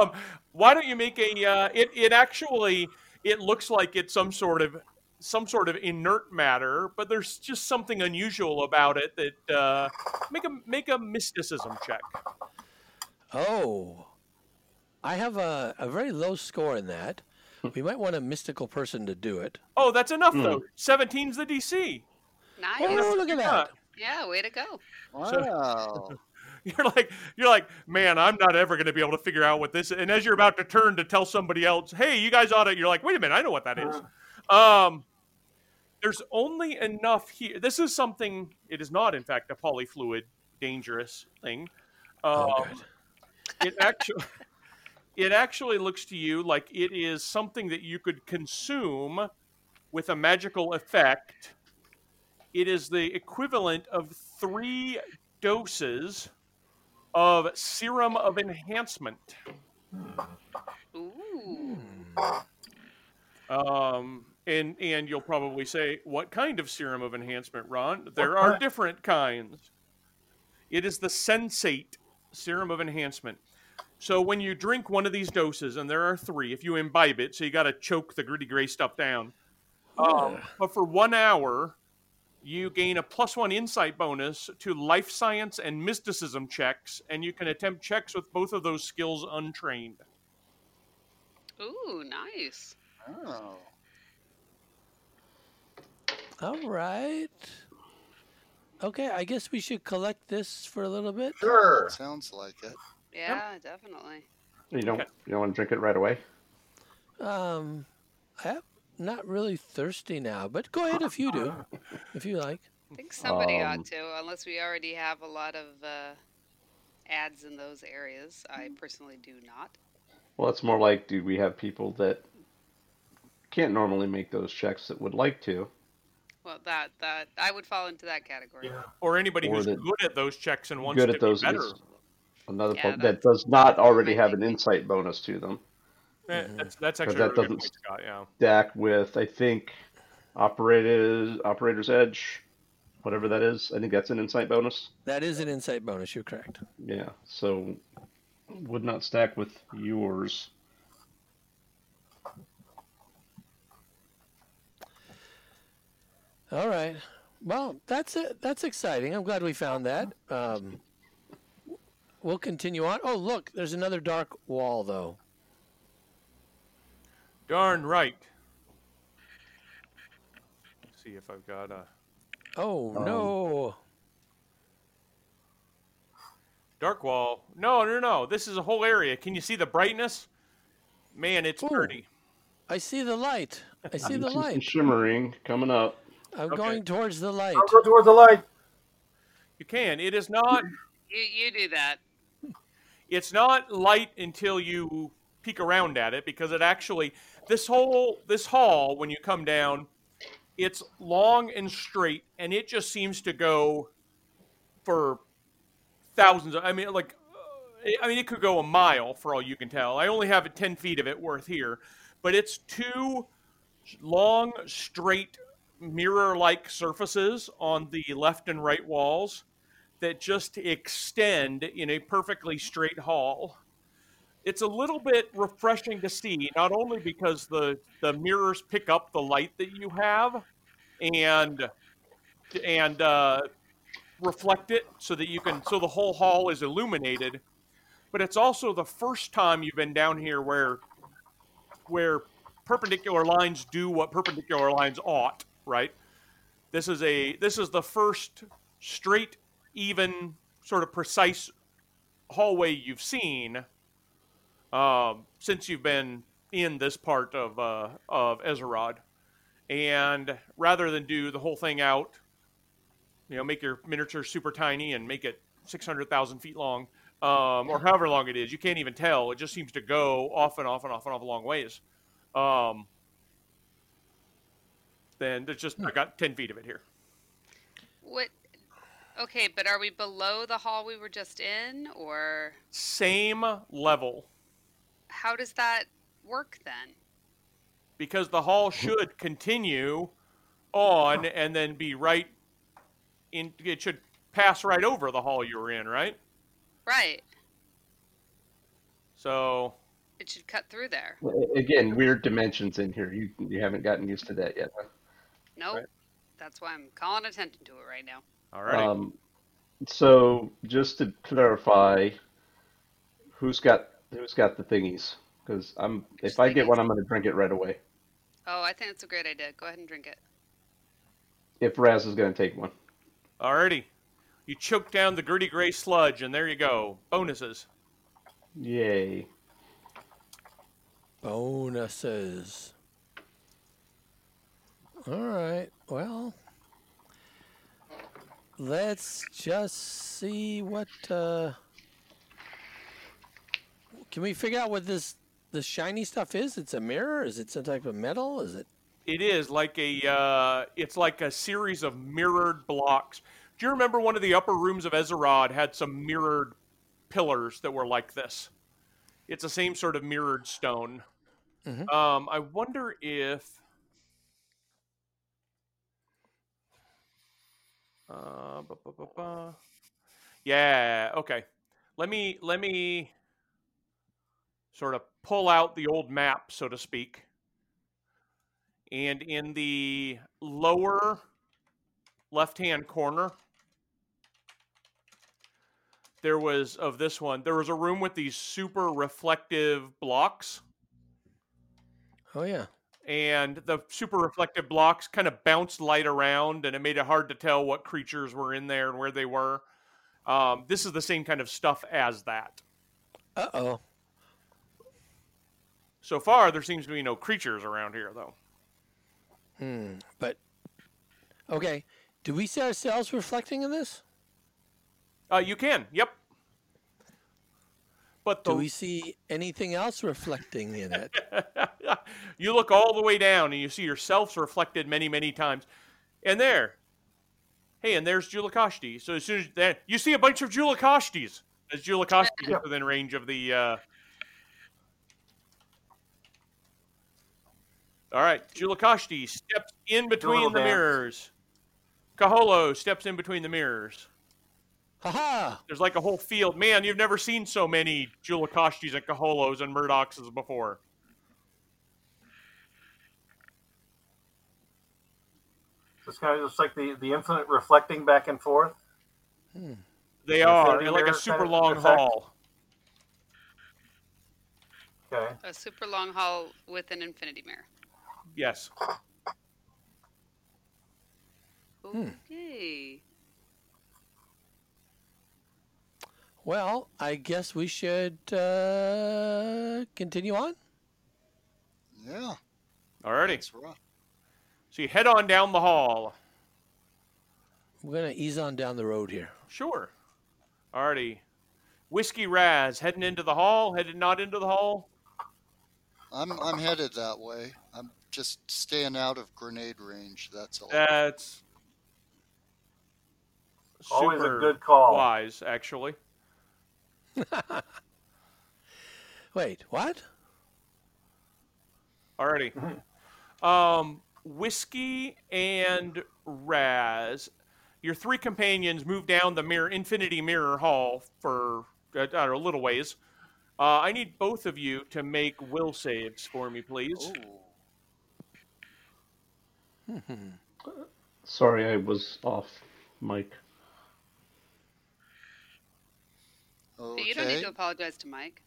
A: Um, why don't you make a? Uh, it it actually it looks like it's some sort of some sort of inert matter, but there's just something unusual about it that uh, make a make a mysticism check.
F: Oh, I have a, a very low score in that. We might want a mystical person to do it.
A: Oh, that's enough though. 17's the DC.
D: Nice.
F: Oh, look at that.
D: Yeah, way to go.
E: Wow.
A: You're like you're like, man, I'm not ever going to be able to figure out what this. And as you're about to turn to tell somebody else, hey, you guys ought to. You're like, wait a minute, I know what that is. Um, there's only enough here. This is something. It is not, in fact, a polyfluid dangerous thing. Um,
F: Oh, good.
A: it actually it actually looks to you like it is something that you could consume with a magical effect it is the equivalent of three doses of serum of enhancement
D: Ooh.
A: um, and and you'll probably say what kind of serum of enhancement ron there are different kinds it is the sensate serum of enhancement So when you drink one of these doses, and there are three, if you imbibe it, so you got to choke the gritty gray stuff down. Um, but for one hour, you gain a plus one insight bonus to life science and mysticism checks, and you can attempt checks with both of those skills untrained.
D: Ooh, nice.
E: Oh.
F: All right. Okay, I guess we should collect this for a little bit.
H: Sure.
E: Sounds like it.
D: Yeah, definitely.
G: You don't. You don't want to drink it right away.
F: Um, I'm not really thirsty now, but go ahead if you do, if you like.
D: I think somebody
G: Um,
D: ought to, unless we already have a lot of uh, ads in those areas. I personally do not.
G: Well, it's more like, do we have people that can't normally make those checks that would like to?
D: Well, that that I would fall into that category.
H: Yeah.
A: or anybody
G: Or
A: who's
G: that-
A: good at those checks and wants
G: Good
A: to
G: at those.
A: be better.
G: is Another
D: Yeah,
G: point that
D: that's-
G: does not already
D: might
G: have
D: be.
G: an insight bonus to them.
A: Eh, That's that's actually
G: Mm-hmm. that
A: a really good
G: doesn't-
A: point, Scott. Yeah.
G: Stack with I think operators operator's edge, whatever that is. I think that's an insight bonus.
F: That is an insight bonus. You're correct.
G: Yeah. So would not stack with yours.
F: All right. Well, that's it. That's exciting. I'm glad we found that. Um, we'll continue on. Oh, look, there's another dark wall, though.
A: Darn right. Let's see if I've got a
F: Oh
G: Um,
F: no!
A: dark wall. No, no, no. This is a whole area. Can you see the brightness? Man, it's
F: Ooh.
A: pretty.
F: I see the light. I see the
G: You some
F: light.
G: shimmering coming up.
F: I'm
A: Okay.
F: going towards the light.
H: I'll go towards the light.
A: You can. It is not.
D: You you do that.
A: It's not light until you peek around at it because it actually this whole this hall when you come down, it's long and straight and it just seems to go for thousands. Of, I mean, like uh, I mean, it could go a mile for all you can tell. I only have ten feet of it worth here, but it's two long, straight, mirror-like surfaces on the left and right walls that just extend in a perfectly straight hall. It's a little bit refreshing to see, not only because the the mirrors pick up the light that you have, and and uh, reflect it so that you can so the whole hall is illuminated but it's also the first time you've been down here where where perpendicular lines do what perpendicular lines ought right this is a this is the first straight even sort of precise hallway you've seen um, since you've been in this part of uh, of Ezerod. and rather than do the whole thing out you know, make your miniature super tiny and make it 600,000 feet long, um, or however long it is. You can't even tell. It just seems to go off and off and off and off a long ways. Um, then there's just, I got 10 feet of it here.
D: What? Okay, but are we below the hall we were just in, or
A: Same level,
D: how does that work then?
A: because the hall should continue on and then be right in, it should pass right over the hall you were in, right?
D: Right.
A: So
D: It should cut through there.
G: A- Again, weird dimensions in here. You you haven't gotten used to that yet. huh?
D: Nope.
G: Right.
D: That's why I'm calling attention to it right now.
A: All right.
G: Um, so just to clarify, who's got who's got the thingies? Because I'm if I get one, I'm going to drink it right away.
D: Oh, I think that's a great idea. Go ahead and drink it.
G: If Raz is going to take one,
A: Alrighty. You choke down the gritty gray sludge, and there you go. Bonuses.
G: yay!
F: Bonuses. All right. Well, let's just see what. Uh, can we figure out what this the shiny stuff is? It's a mirror. Is it some type of metal? Is it?
A: It is like a uh, it's like a series of mirrored blocks. Do you remember one of the upper rooms of Ezerod had some mirrored pillars that were like this? It's the same sort of mirrored stone.
F: Mhm.
A: Um, I wonder if uh, ba, ba, ba, ba. yeah, okay. Let me let me sort of pull out the old map, so to speak and in the lower left-hand corner there was of this one there was a room with these super reflective blocks
F: Oh yeah.
A: and the super reflective blocks kind of bounced light around and it made it hard to tell what creatures were in there and where they were um, this is the same kind of stuff as that
F: Uh oh.
A: so far there seems to be no creatures around here though
F: Hmm. But okay. Do we see ourselves reflecting in this?
A: uh, you can yep but the
F: Do we see anything else reflecting in it?
A: you look all the way down and you see yourselves reflected many, many times. and there. Hey, and there's Julakashti. So as soon as that, you see a bunch of Julakashtis as Julakashti
H: Yeah.
A: gets within range of the. Uh... All right, Julakashti steps in between
H: little
A: the
H: dance.
A: mirrors. Kaholo steps in between the mirrors.
F: Haha!
A: There's like a whole field. Man, you've never seen so many Julakashtis and Kaholos and Murdoxes before.
H: It's kind of just like the, the infinite reflecting back and forth.
A: They
H: Yeah,
A: are
H: they're
A: they're like
H: kind
A: a
H: of
A: super long
H: effect.
A: haul.
H: Okay.
D: A super long haul with an infinity mirror.
A: Yes.
D: Okay.
F: Well, I guess we should uh, continue on.
E: Yeah,
A: Alrighty.
E: that's right.
A: So you head on down the hall.
F: We're gonna ease on down the road here.
A: Sure. Alrighty. Whiskey Raz heading into the hall, headed not into the hall.
E: I'm I'm headed that way. I'm just staying out of grenade range. That's all.
A: That's
H: Always a
A: super
H: good call.
A: wise, actually.
F: Wait, what?
A: Alrighty. Um, Whiskey and Raz, your three companions move down the mirror, Infinity Mirror Hall for uh, I don't know, a little ways. Uh, I need both of you to make will saves for me, please.
E: Ooh.
G: Sorry, I was off mic.
E: Okay.
D: But you don't need to apologize to Mike.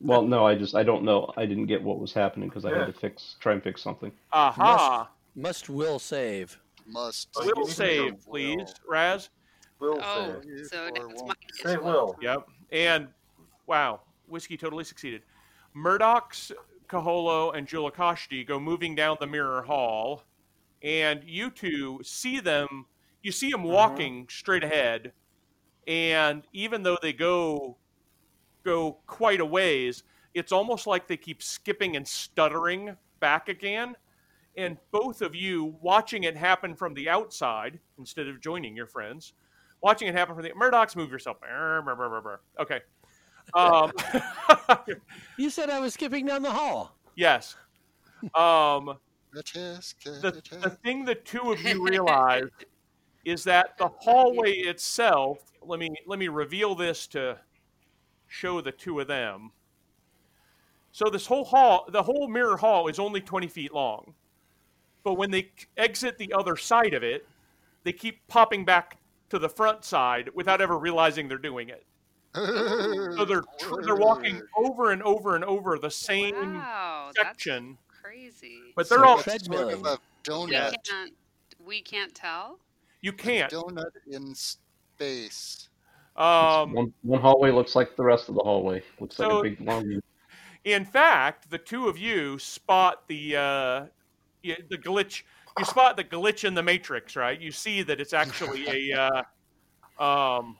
G: Well, no, I just I don't know. I didn't get what was happening because I had to fix try and fix something.
A: Aha!
F: Must will save.
E: Must
H: Oh, you
A: Will
H: need to
A: save,
H: do
A: please, Raz.
H: Will
D: Oh,
H: save.
E: save.
D: so now
E: Or
D: it's
E: won't.
D: Mike. as
H: Say
D: well.
H: will.
A: Yep. And wow, whiskey totally succeeded. Murdoch's Kaholo and Julakashti go moving down the mirror hall, and you two see them. You see them walking straight ahead, and even though they go go quite a ways, it's almost like they keep skipping and stuttering back again. And both of you watching it happen from the outside instead of joining your friends, watching it happen from the Murdoch's move yourself. Err, brr, brr, brr, brr. Okay. Um,
F: You said I was skipping down the hall.
A: yes. Um,
E: It is,
A: the,
E: it is.
A: the thing the two of you realize is that the hallway itself let me let me reveal this to show the two of them so this whole hall the whole mirror hall is only 20 feet long but when they exit the other side of it they keep popping back to the front side without ever realizing they're doing it so they're tr- they're walking over and over and over the same
D: Wow,
A: section
D: that's crazy.
A: but they're
F: So
A: all
F: it's-
E: It's sort of
F: treadmilling.
E: a donut.
D: we can't. We can't tell.
A: you can't
E: Donut in space.
A: um
G: One, one hallway looks like the rest of the hallway. Looks like
A: So-
G: a big long.
A: In fact, the two of you spot the uh, y- the glitch. You spot the glitch in the matrix, right? You see that it's actually a. Uh, um,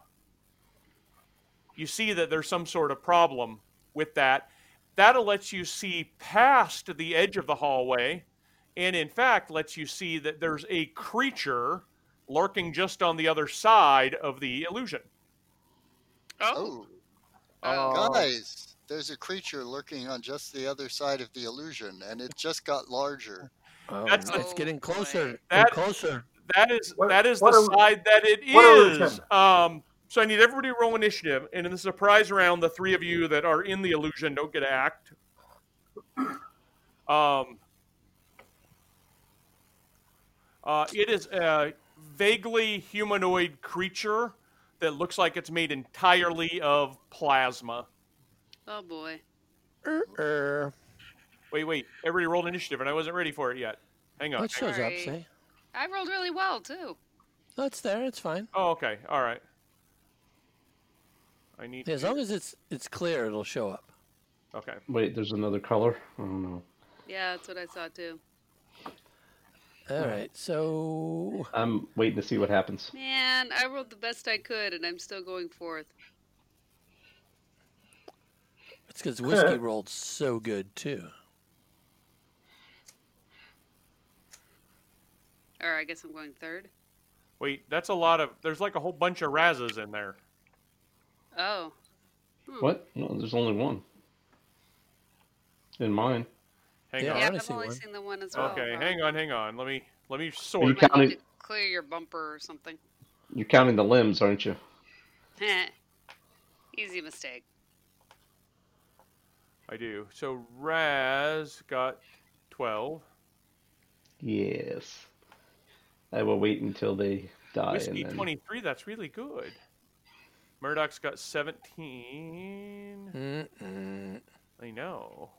A: you see that there's some sort of problem with that. That'll let you see past the edge of the hallway, and in fact, lets you see that there's a creature lurking just on the other side of the illusion.
E: Oh,
D: Oh.
A: Uh,
E: guys, there's a creature lurking on just the other side of the illusion, and it just got larger.
F: Oh,
A: That's the-
F: it's getting closer and
A: That-
F: closer.
A: That is
H: What-
A: that is
H: what
A: the
H: are we-
A: side that it
H: what are we
A: is. Um, so I need everybody to roll initiative, and in the surprise round, the three of you that are in the illusion don't get to act. Um, uh, it is a vaguely humanoid creature that looks like it's made entirely of plasma.
D: Oh boy.
F: Er, er.
A: Wait, wait, everybody rolled initiative, and I wasn't ready for it yet. Hang on.
F: That shows up.
D: Sorry.
F: See,
D: I rolled really well too.
F: no, it's there. It's fine.
A: Oh, okay, all right. I need.
F: Yeah, as long as it's it's clear, it'll show up.
A: Okay.
G: Wait, there's another color. I don't know.
D: Yeah, that's what I saw too.
F: All right. So
G: I'm waiting to see what happens.
D: Man, I rolled the best I could, and I'm still going fourth.
F: it's because whiskey rolled so good too.
D: All sorry, I guess I'm going third.
A: Wait, that's a lot of. There's like a whole bunch of Razas in there.
D: Oh. Hmm.
G: What? No, there's only one. In mine.
A: Hang
F: Yeah,
A: on.
F: I
D: Yeah, Oh.
F: only
D: I've
F: see
D: only
F: one.
D: seen the one as well.
A: okay,
D: huh?
A: hang on, hang on. Let me let me
G: Are you
A: sort.
D: Might need
G: counting?
D: to clear your bumper or something.
G: You're counting the limbs, aren't you?
D: Easy mistake.
A: I do. So Raz got twelve.
G: Yes. I will wait until they die.
A: Whiskey
G: and then...
A: twenty three. That's really good. Murdoch's got seventeen.
F: Mm-mm.
A: I know.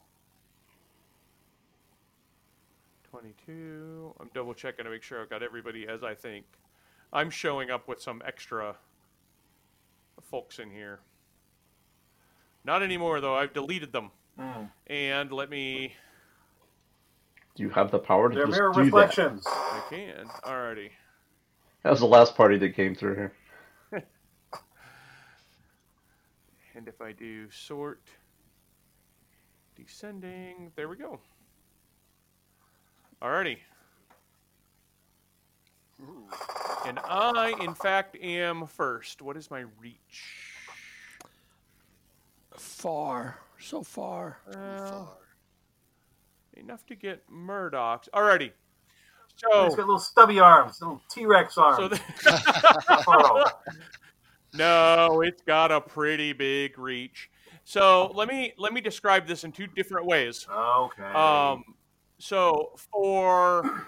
A: Twenty-two. I'm double checking to make sure I've got everybody as I think. I'm showing up with some extra folks in here. Not anymore though. I've deleted them.
H: Hmm.
A: And let me.
G: Do you have the power to
H: They're
G: just
H: mirror
G: do that?
H: reflections.
A: I can. Alrighty.
G: That was the last party that came through here.
A: And if I do sort descending, there we go. Alrighty.
E: Ooh,
A: And I, in fact, am first. What is my reach?
F: Far, so far.
A: Well,
E: far.
A: enough to get Murdoch's. Alrighty.
H: He's
A: So,
H: got little stubby arms, little T Rex arms.
A: Oh. so th-
H: Furrow.
A: no, it's got a pretty big reach. So let me let me describe this in two different ways.
H: Oh, Okay.
A: Um, so for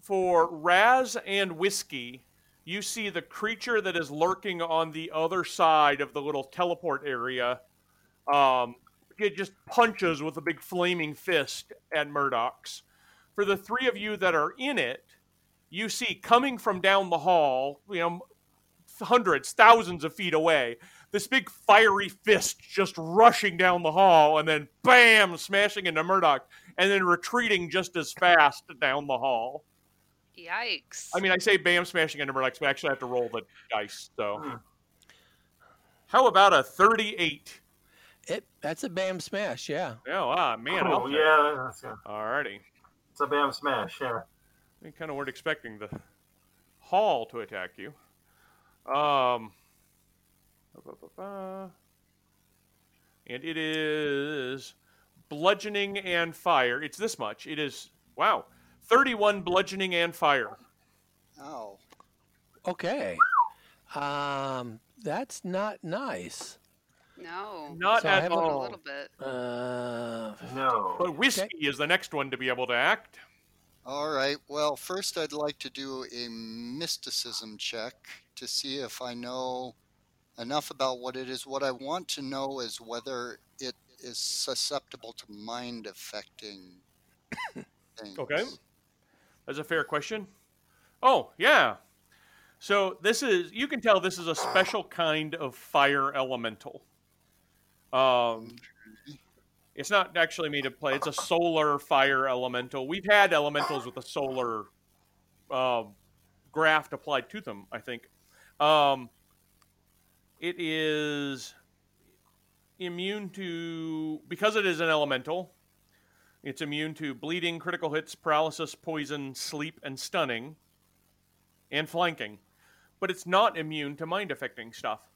A: for Raz and Whiskey, you see the creature that is lurking on the other side of the little teleport area. Um, it just punches with a big flaming fist at Murdoch's. For the three of you that are in it, you see coming from down the hall, you know, hundreds, thousands of feet away, this big fiery fist just rushing down the hall and then bam, smashing into Murdoch and then retreating just as fast down the hall.
D: Yikes.
A: I mean, I say bam, smashing into Murdoch, but I actually have to roll the dice. So, how about a 38?
F: It that's a bam smash, yeah.
A: Oh, ah, man.
H: Cool,
A: I'll-
H: yeah, that's a,
A: Alrighty.
H: it's a bam smash. Yeah.
A: We kind of weren't expecting the hall to attack you. Um, ba-ba-ba-ba. and it is bludgeoning and fire. It's this much. It is wow, thirty-one bludgeoning and fire.
E: Ow.
F: Okay. Um, that's not nice.
D: no.
A: Not
F: Oh, So I
A: at
F: have a-
A: all.
D: A little bit.
F: Uh,
H: No.
A: But whiskey is the next one to be able to act.
E: All right. Well, first I'd like to do a mysticism check to see if I know enough about what it is. What I want to know is whether it is susceptible to mind affecting things.
A: Okay. That's a fair question. Oh, yeah. So this is you can tell this is a special kind of fire elemental. Um it's not actually made of play. It's a solar fire elemental. We've had elementals with a solar um, graft applied to them, I think. Um, it is immune to because it is an elemental, it's immune to bleeding, critical hits, paralysis, poison, sleep, and stunning, and flanking. But it's not immune to mind affecting stuff.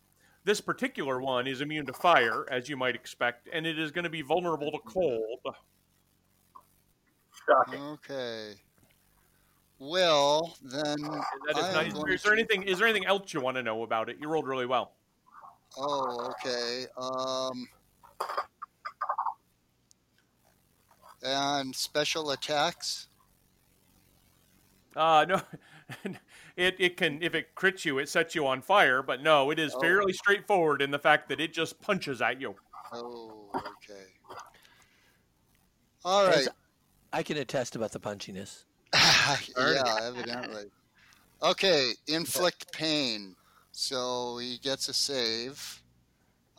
A: This particular one is immune to fire, as you might expect, and it is going to be vulnerable to cold.
H: Shocking.
E: Okay. Well, then.
A: And that is
E: I
A: not-
E: am
A: is
E: going
A: there
E: to-
A: anything? Is there anything else you want to know about it? You rolled really well.
E: Oh, okay. Um, and special attacks.
A: Uh, no, it it can if it crits you, it sets you on fire. But no, it is
E: Oh.
A: fairly straightforward in the fact that it just punches at you.
E: Oh, okay. All right.
F: As- I can attest about the punchiness.
E: yeah, evidently. Okay, inflict pain. So he gets a save.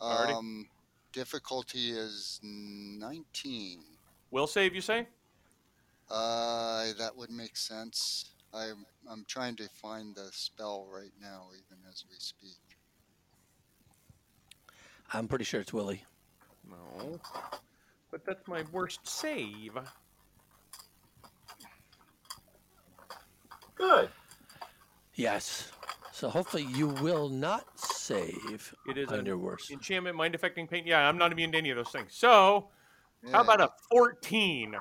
A: Alrighty.
E: Um, difficulty is 19.
A: Will save, you say?
E: Uh, that would make sense. I'm, I'm trying to find the spell right now, even as we speak.
F: I'm pretty sure it's Willie.
A: No. But that's my worst save.
H: Good.
F: Yes. So hopefully you will not save
A: It is
F: on
A: an
F: your worst.
A: enchantment, mind affecting paint. Yeah, I'm not immune to any of those things. So, how about a 14?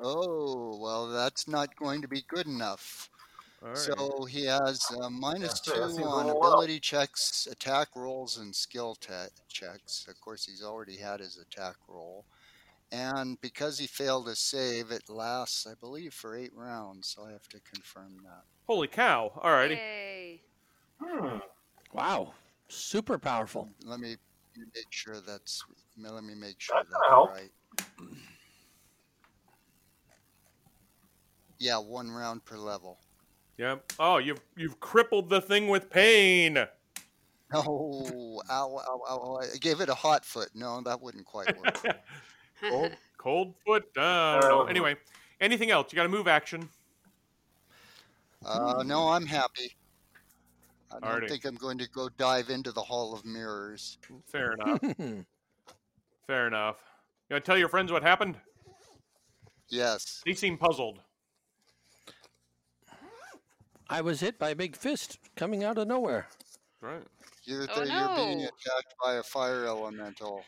E: Oh, well, that's not going to be good enough.
A: All right.
E: So he has uh, minus
H: Yeah, so that's
E: two
H: even
E: on
H: a little low.
E: ability checks, attack rolls, and skill ta- checks. Of course, he's already had his attack roll. And because he failed to save, it lasts, I believe, for eight rounds. So I have to confirm that.
A: Holy cow. Alrighty.
D: Yay.
H: Hmm.
F: Wow. Super powerful.
E: Let me make sure that's. Let me make sure
H: That
E: that's
H: helped.
E: right. Yeah, one round per level.
A: Yep. Oh, you've you've crippled the thing with pain.
E: No, ow, ow, ow, ow. I gave it a hot foot. No, that wouldn't quite work.
A: Cold, cold foot. Uh, I don't know. Anyway, anything else? You got to move action.
E: Uh, no, I'm happy. I don't
A: Alrighty.
E: think I'm going to go dive into the Hall of Mirrors.
A: Fair enough. Fair enough. You want to tell your friends what happened?
E: Yes.
A: They seem puzzled.
F: I was hit by a big fist coming out of nowhere.
A: Right.
E: You're,
D: Oh,
E: th- you're being
D: no.
E: attacked by a fire elemental.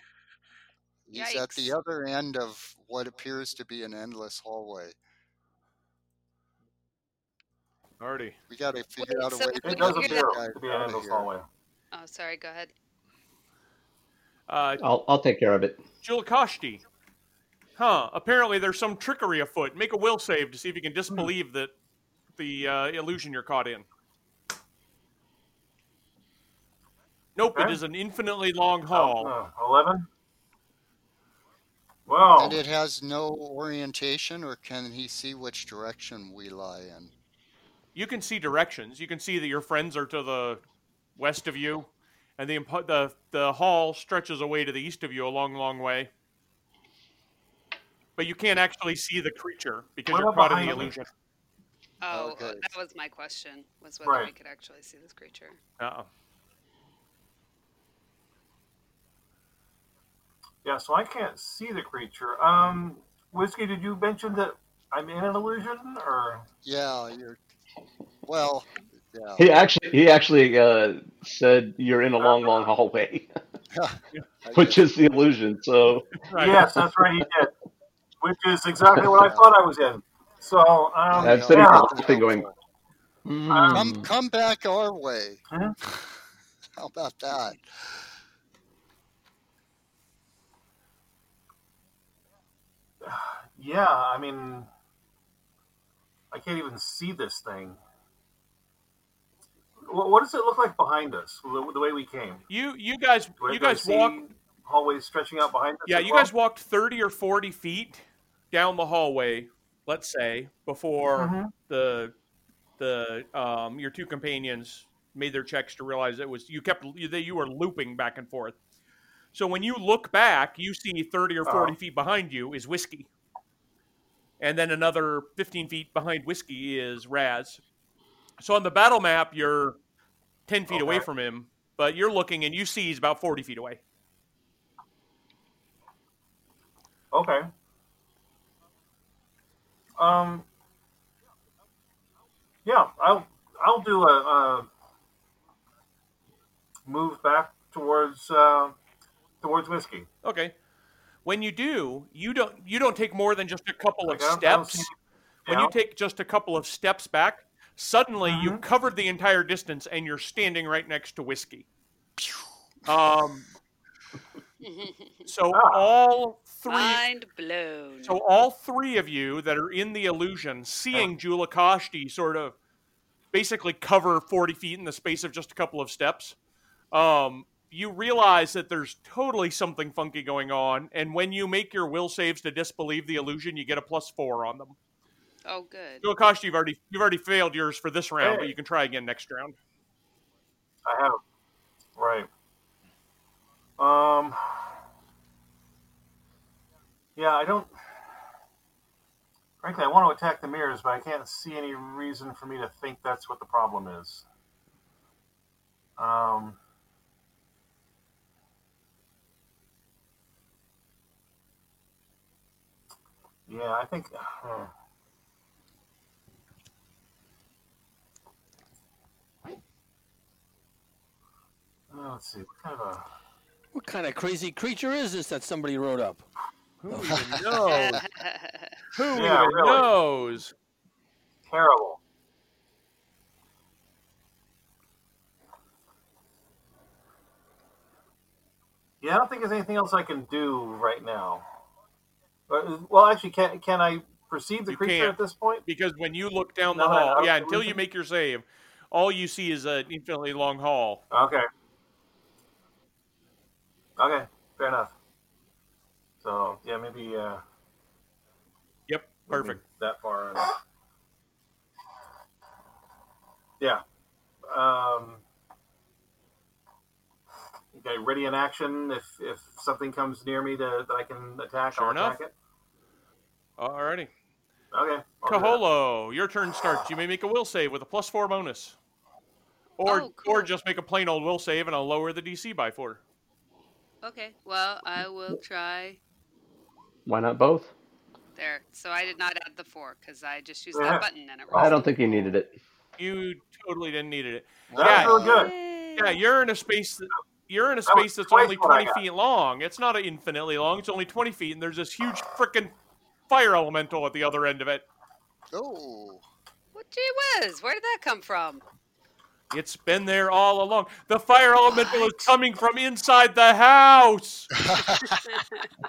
E: He's at the
D: Yikes.
E: other end of what appears to be an endless hallway.
A: Already.
E: We got to figure out a
D: so
E: way
D: we
E: to
H: It
D: It
E: get
H: does
D: doesn't
E: this
H: appear
E: guy
H: to be an
E: outta
H: endless
E: here.
H: hallway.
D: Oh, sorry. Go ahead.
A: Uh,
G: I'll, I'll take care of it.
A: Jill Koshti. Huh. Apparently, there's some trickery afoot. Make a will save to see if you can disbelieve that the uh, illusion you're caught in. Nope, it
H: Okay.
A: is an infinitely long hall.
H: Uh, Eleven. Well,
E: And
H: Oh.
E: it has no orientation, or can he see which direction we lie in?
A: You can see directions. You can see that your friends are to the west of you, and the impo- the the hall stretches away to the east of you a long, long way. But you can't actually see the creature because
H: What
A: you're
H: about
A: caught in the
H: behind me?
A: illusion.
D: Oh,
E: Okay.
D: that was my question. Was whether we
H: Right.
D: could actually see this creature.
A: Uh-uh.
H: yeah. So I can't see the creature. Um, whiskey, did you mention that I'm in an illusion, or
E: Yeah, you're. Well, yeah.
G: He actually he actually uh, said you're in a long, long hallway,
E: I
G: which
E: just-
G: is the illusion. So
A: Right.
H: Yes, that's right. He did, which is exactly what I thought I was in. So um,
G: That's
H: yeah, um,
G: it.
E: that's
G: something going-
E: helpful. Come,
G: mm,
E: come back our way.
H: Hmm?
E: How about that?
H: yeah. I mean, I can't even see this thing. What, what does it look like behind us? The, the way we came.
A: You you guys
H: Do I-
A: you
H: do I
A: guys
H: see
A: walk
H: hallways stretching out behind us.
A: Yeah,
H: as
A: you
H: well?
A: guys walked 30 or 40 feet down the hallway, let's say, before
H: Mhm.
A: the the um, your two companions made their checks to realize it was you kept you, that you were looping back and forth. So when you look back, you see 30 or 40
H: Oh.
A: feet behind you is Whiskey. And then another 15 feet behind Whiskey is Raz. So on the battle map, you're 10 feet away
H: Okay.
A: from him, but you're looking and you see he's about 40 feet away.
H: Okay. Um. Yeah, I'll I'll do a, a move back towards uh, towards whiskey.
A: Okay. When you do, you don't you don't take more than just a couple of
H: Like, I don't- I don't
A: steps.
H: see-
A: When
H: yeah. Mm-hmm.
A: you take just a couple of steps back, suddenly you've covered the entire distance and you're standing right next to whiskey. Um, so
H: Ah.
A: all three
D: Mind blown.
A: so all three of you that are in the illusion, seeing Jula Koshti sort of basically cover forty feet in the space of just a couple of steps, um, you realize that there's totally something funky going on. And when you make your will saves to disbelieve the illusion, you get a plus four on them.
D: oh, good.
A: Jula Koshti, you've already you've already failed yours for this round, but
H: Hey.
A: you can try again next round.
H: I have right. Um. Yeah, I don't. Frankly, I want to attack the mirrors, but I can't see any reason for me to think that's what the problem is. Um. Yeah, I think. uh, Now, let's see. What kind of a
F: What kind of crazy creature is this that somebody wrote up?
A: Who even knows? Who
H: Yeah,
A: even
H: really.
A: knows?
H: terrible? Yeah, I don't think there's anything else I can do right now. But, well, actually, can can I perceive the
A: You
H: creature
A: can't.
H: at this point?
A: Because when you look down the
H: No, no,
A: hall,
H: no,
A: yeah,
H: it
A: until you
H: wasn't.
A: make your save, all you see is an infinitely long hall.
H: Okay. Okay, fair enough. So yeah, maybe uh,
A: Yep,
H: maybe
A: perfect.
H: that far. in. Yeah. Um, okay, ready in action. If if something comes near me to, that I can attack,
A: Sure
H: I'll
A: enough.
H: attack
A: Alrighty.
H: it. Okay. I'll do that.
A: Kaholo, your turn starts. You may make a will save with a plus four bonus. Or,
D: Oh,
A: or
D: cool.
A: just make a plain old will save and I'll lower the DC by four.
D: Okay. Well, I will try
G: Why not both?
D: there. So I did not add the four because I just used
H: Yeah.
D: that button and it
G: I
D: rolled.
G: don't think you needed it.
A: You totally didn't need it.
H: That was really good.
A: Yeah, you're in a space that you're in a
H: That was
A: space that's
H: twice
A: only
H: what I
A: twenty
H: got.
A: feet long. It's not infinitely long. It's only twenty feet, and there's this huge frickin' fire elemental at the other end of it.
E: Oh,
D: What gee whiz? Where did that come from?
A: It's been there all along. The fire elemental is coming from inside the house.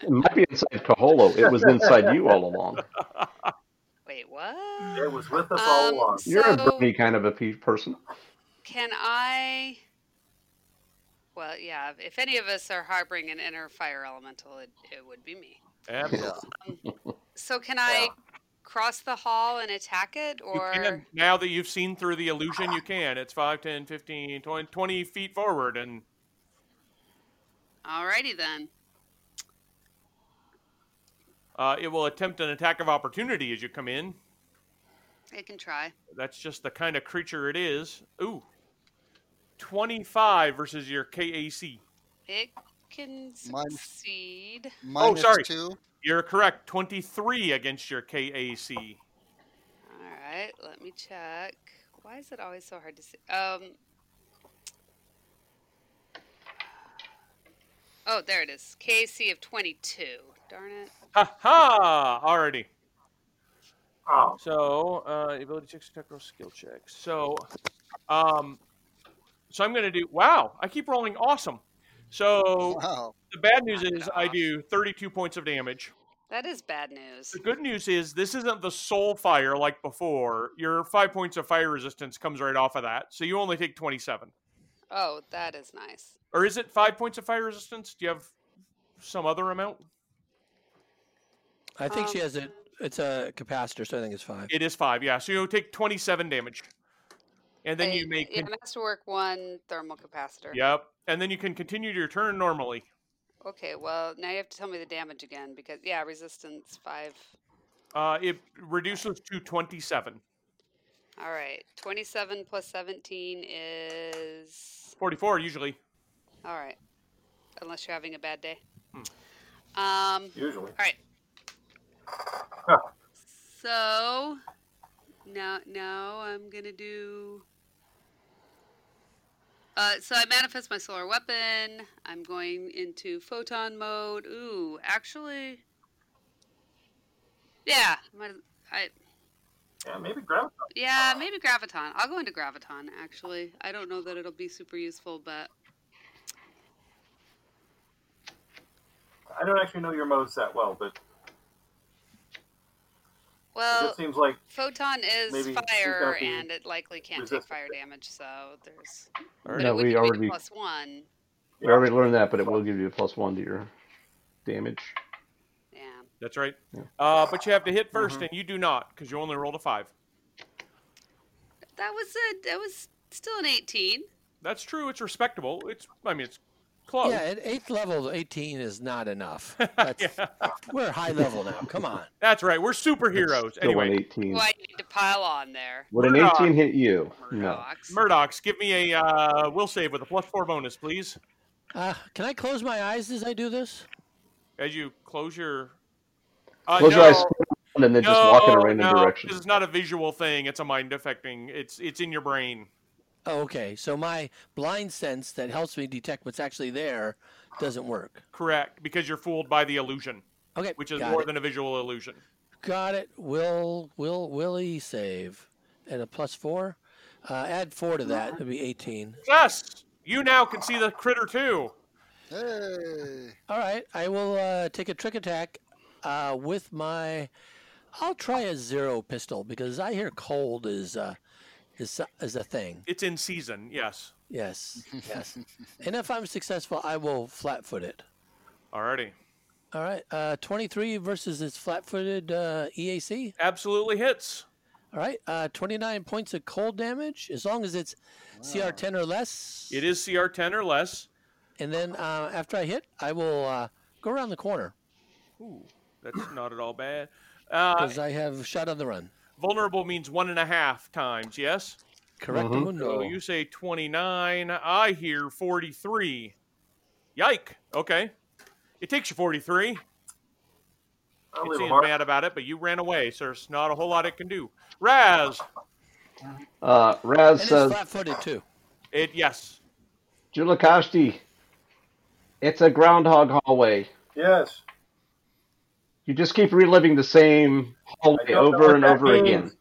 G: It might be inside Caholo. It was inside you all along.
D: Wait, what?
H: It was with us all
D: Um,
H: along.
G: You're a
D: So-
G: Bernie kind of a pe- person.
D: Can I? Well, yeah. If any of us are harboring an inner fire elemental, it, it would be me.
A: Absolutely.
E: yeah.
D: So can I cross the hall and attack it,
A: You
D: or
A: can, now that you've seen through the illusion, you can. It's 5, 10, 15, 20, 20 feet forward, and
D: alrighty then?
A: uh, it will attempt an attack of opportunity as you come in.
D: I can try.
A: That's just the kind of creature it is. Ooh. 25 versus your KAC.
D: It can
E: Mine-
D: succeed.
E: Minus
A: sorry.
E: two.
A: You're correct. 23 against your KAC.
D: All right, let me check. Why is it always so hard to see? Um. Oh, there it is. KC of 22. Darn it.
A: Ha ha! Already.
H: Oh,
A: So, uh, ability checks, technical skill checks. So, um, so I'm going to do. Wow, I keep rolling awesome. So
E: Wow.
A: the bad news is I do 32 points of damage.
D: That is bad news.
A: The good news is this isn't the soul fire like before. Your five points of fire resistance comes right off of that, so you only take 27.
D: Oh, that is nice.
A: Or is it five points of fire resistance? Do you have some other amount?
F: I think she
D: Um,
F: has a. It's a capacitor, so I think it's five.
A: It is five, yeah. So you'll take 27 damage, and then
D: I-
A: you make.
D: Yeah, it has to work one thermal capacitor.
A: Yep, and then you can continue your turn normally.
D: Okay, well, now you have to tell me the damage again because, yeah, resistance 5.
A: Uh, it reduces to 27.
D: All right, 27 plus 17 is.
A: 44 usually.
D: All right, unless you're having a bad day.
A: Hmm.
D: Um,
H: usually.
D: all right. So now, now I'm gonna do. Uh, so I manifest my solar weapon. I'm going into photon mode. Ooh, actually, yeah, might as- I
H: Yeah, maybe grab it.
D: yeah maybe graviton. I'll go into graviton. Actually, I don't know that it'll be super useful, but
H: I don't actually know your modes that well, but
D: well,
H: it seems like
D: photon is
H: maybe he's
D: fire,
H: gotta be
D: and it likely can't take
H: resistant.
D: fire damage. So there's
A: All right.
D: but it
G: No,
D: would
G: we
D: give me the
G: already
D: plus one.
G: we already learned that, but it will give you a plus one to your damage.
D: Yeah.
A: That's right.
G: Yeah.
A: Uh, but you have to hit 1st
H: Mhm.
A: and you do not because you only rolled a five.
D: That was a that was still an eighteen.
A: That's true. It's respectable. It's I mean it's close.
F: Yeah, at eighth level, eighteen is not enough. That's,
A: Yeah,
F: We're high level now. Come on.
A: that's right. We're
G: It's
A: superheroes.
G: Still
A: Anyway,
G: an 18.
D: Well, I need to pile on there.
G: Would an
A: Murdoch.
G: 18 hit you? No.
D: Murdochs.
A: Murdochs, give me a uh, will save with a plus four bonus, please.
F: Uh, can I close my eyes as I do this?
A: As you close your uh,
G: Close
A: no,
G: your eyes and then just walk in a
A: no,
G: random
A: no,
G: direction.
A: This is not a visual thing. It's a mind affecting. It's it's in your brain.
F: Oh, okay. So my blind sense that helps me detect what's actually there doesn't work.
A: Correct, because you're fooled by the illusion,
F: Okay.
A: which is
F: got
A: more
F: it.
A: than a visual illusion.
F: Got it. Will Will Willie save and a plus four. Uh, add four to that. It'd be eighteen.
A: Yes, you now can see the critter too.
E: Hey.
F: All right. I will uh, take a trick attack uh, with my. I'll try a zero pistol because I hear cold is uh, is is a thing.
A: It's in season. Yes.
F: Yes. Yes. and if I'm successful, I will flat foot it.
A: Alrighty.
F: All right. Uh, Twenty-three versus its flat-footed uh, EAC.
A: Absolutely hits.
F: All right, uh, 29 points of cold damage, as long as it's CR 10 or less.
A: It is CR 10 or less.
F: And then uh, after I hit, I will uh, go around the corner
A: Ooh, that's not at all bad. Uh,
F: because I have shot on the run.
A: vulnerable means one and a half times. Yes.
F: Correct
G: Mhm.
A: Mm-hmm. So
F: mundo.
A: you say 29. I hear 43. Yike. Okay. It takes you 43.
H: I'll
A: It
H: leave a
A: seems
H: mark.
A: mad about it, but you ran away, so there's not a whole lot it can do. Raz.
G: Uh, Raz
F: and it's
G: says,
F: flat footed too.
A: It yes.
G: Julakashti, it's a groundhog hallway.
H: Yes.
G: You just keep reliving the same
H: I
G: hallway
H: don't know
G: over
H: what
G: and
H: that
G: over again.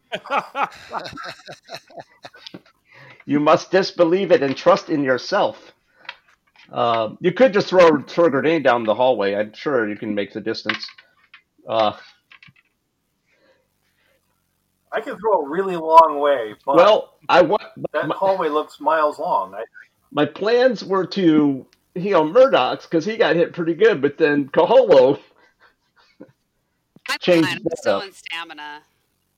H: means.
G: You must disbelieve it and trust in yourself. Uh, you could just throw, throw a grenade down the hallway. I'm sure you can make the distance. Uh,
H: I can throw a really long way, but
G: well, I want
H: that
G: my,
H: hallway looks miles long. I,
G: my plans were to heal Murdoch's because he got hit pretty good, but then Koholo,
D: I'm
G: Change
D: fine. I'm
G: that
D: still
G: up.
D: in stamina.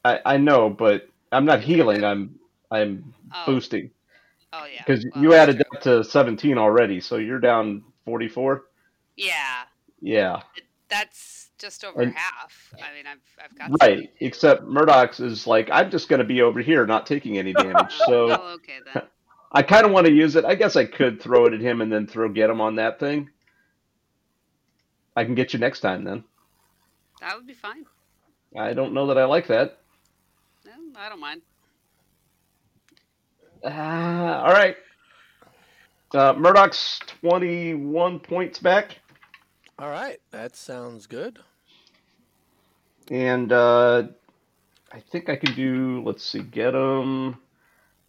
G: I, I know, but I'm not healing. I'm I'm
D: Oh,
G: boosting
D: oh yeah.
G: because
D: well,
G: you
D: that's
G: added
D: true.
G: that to 17 already, so you're down 44.
D: Yeah,
G: Yeah,
D: that's just over
G: And-
D: half. I mean, I've I've got
G: right. Except Murdoch's is like, I'm just going to be over here, not taking any damage.
D: some- Oh,
G: so
D: well, okay then.
G: I kind of want to use it. I guess I could throw it at him and then throw get him on that thing. I can get you next time then.
D: That would be fine.
G: I don't know that I like that.
D: No, I don't mind.
G: Ah, all right. Uh, Murdoch's 21 points back,
F: All right, that sounds good.
G: and uh, I think I can do. Let's see, get him.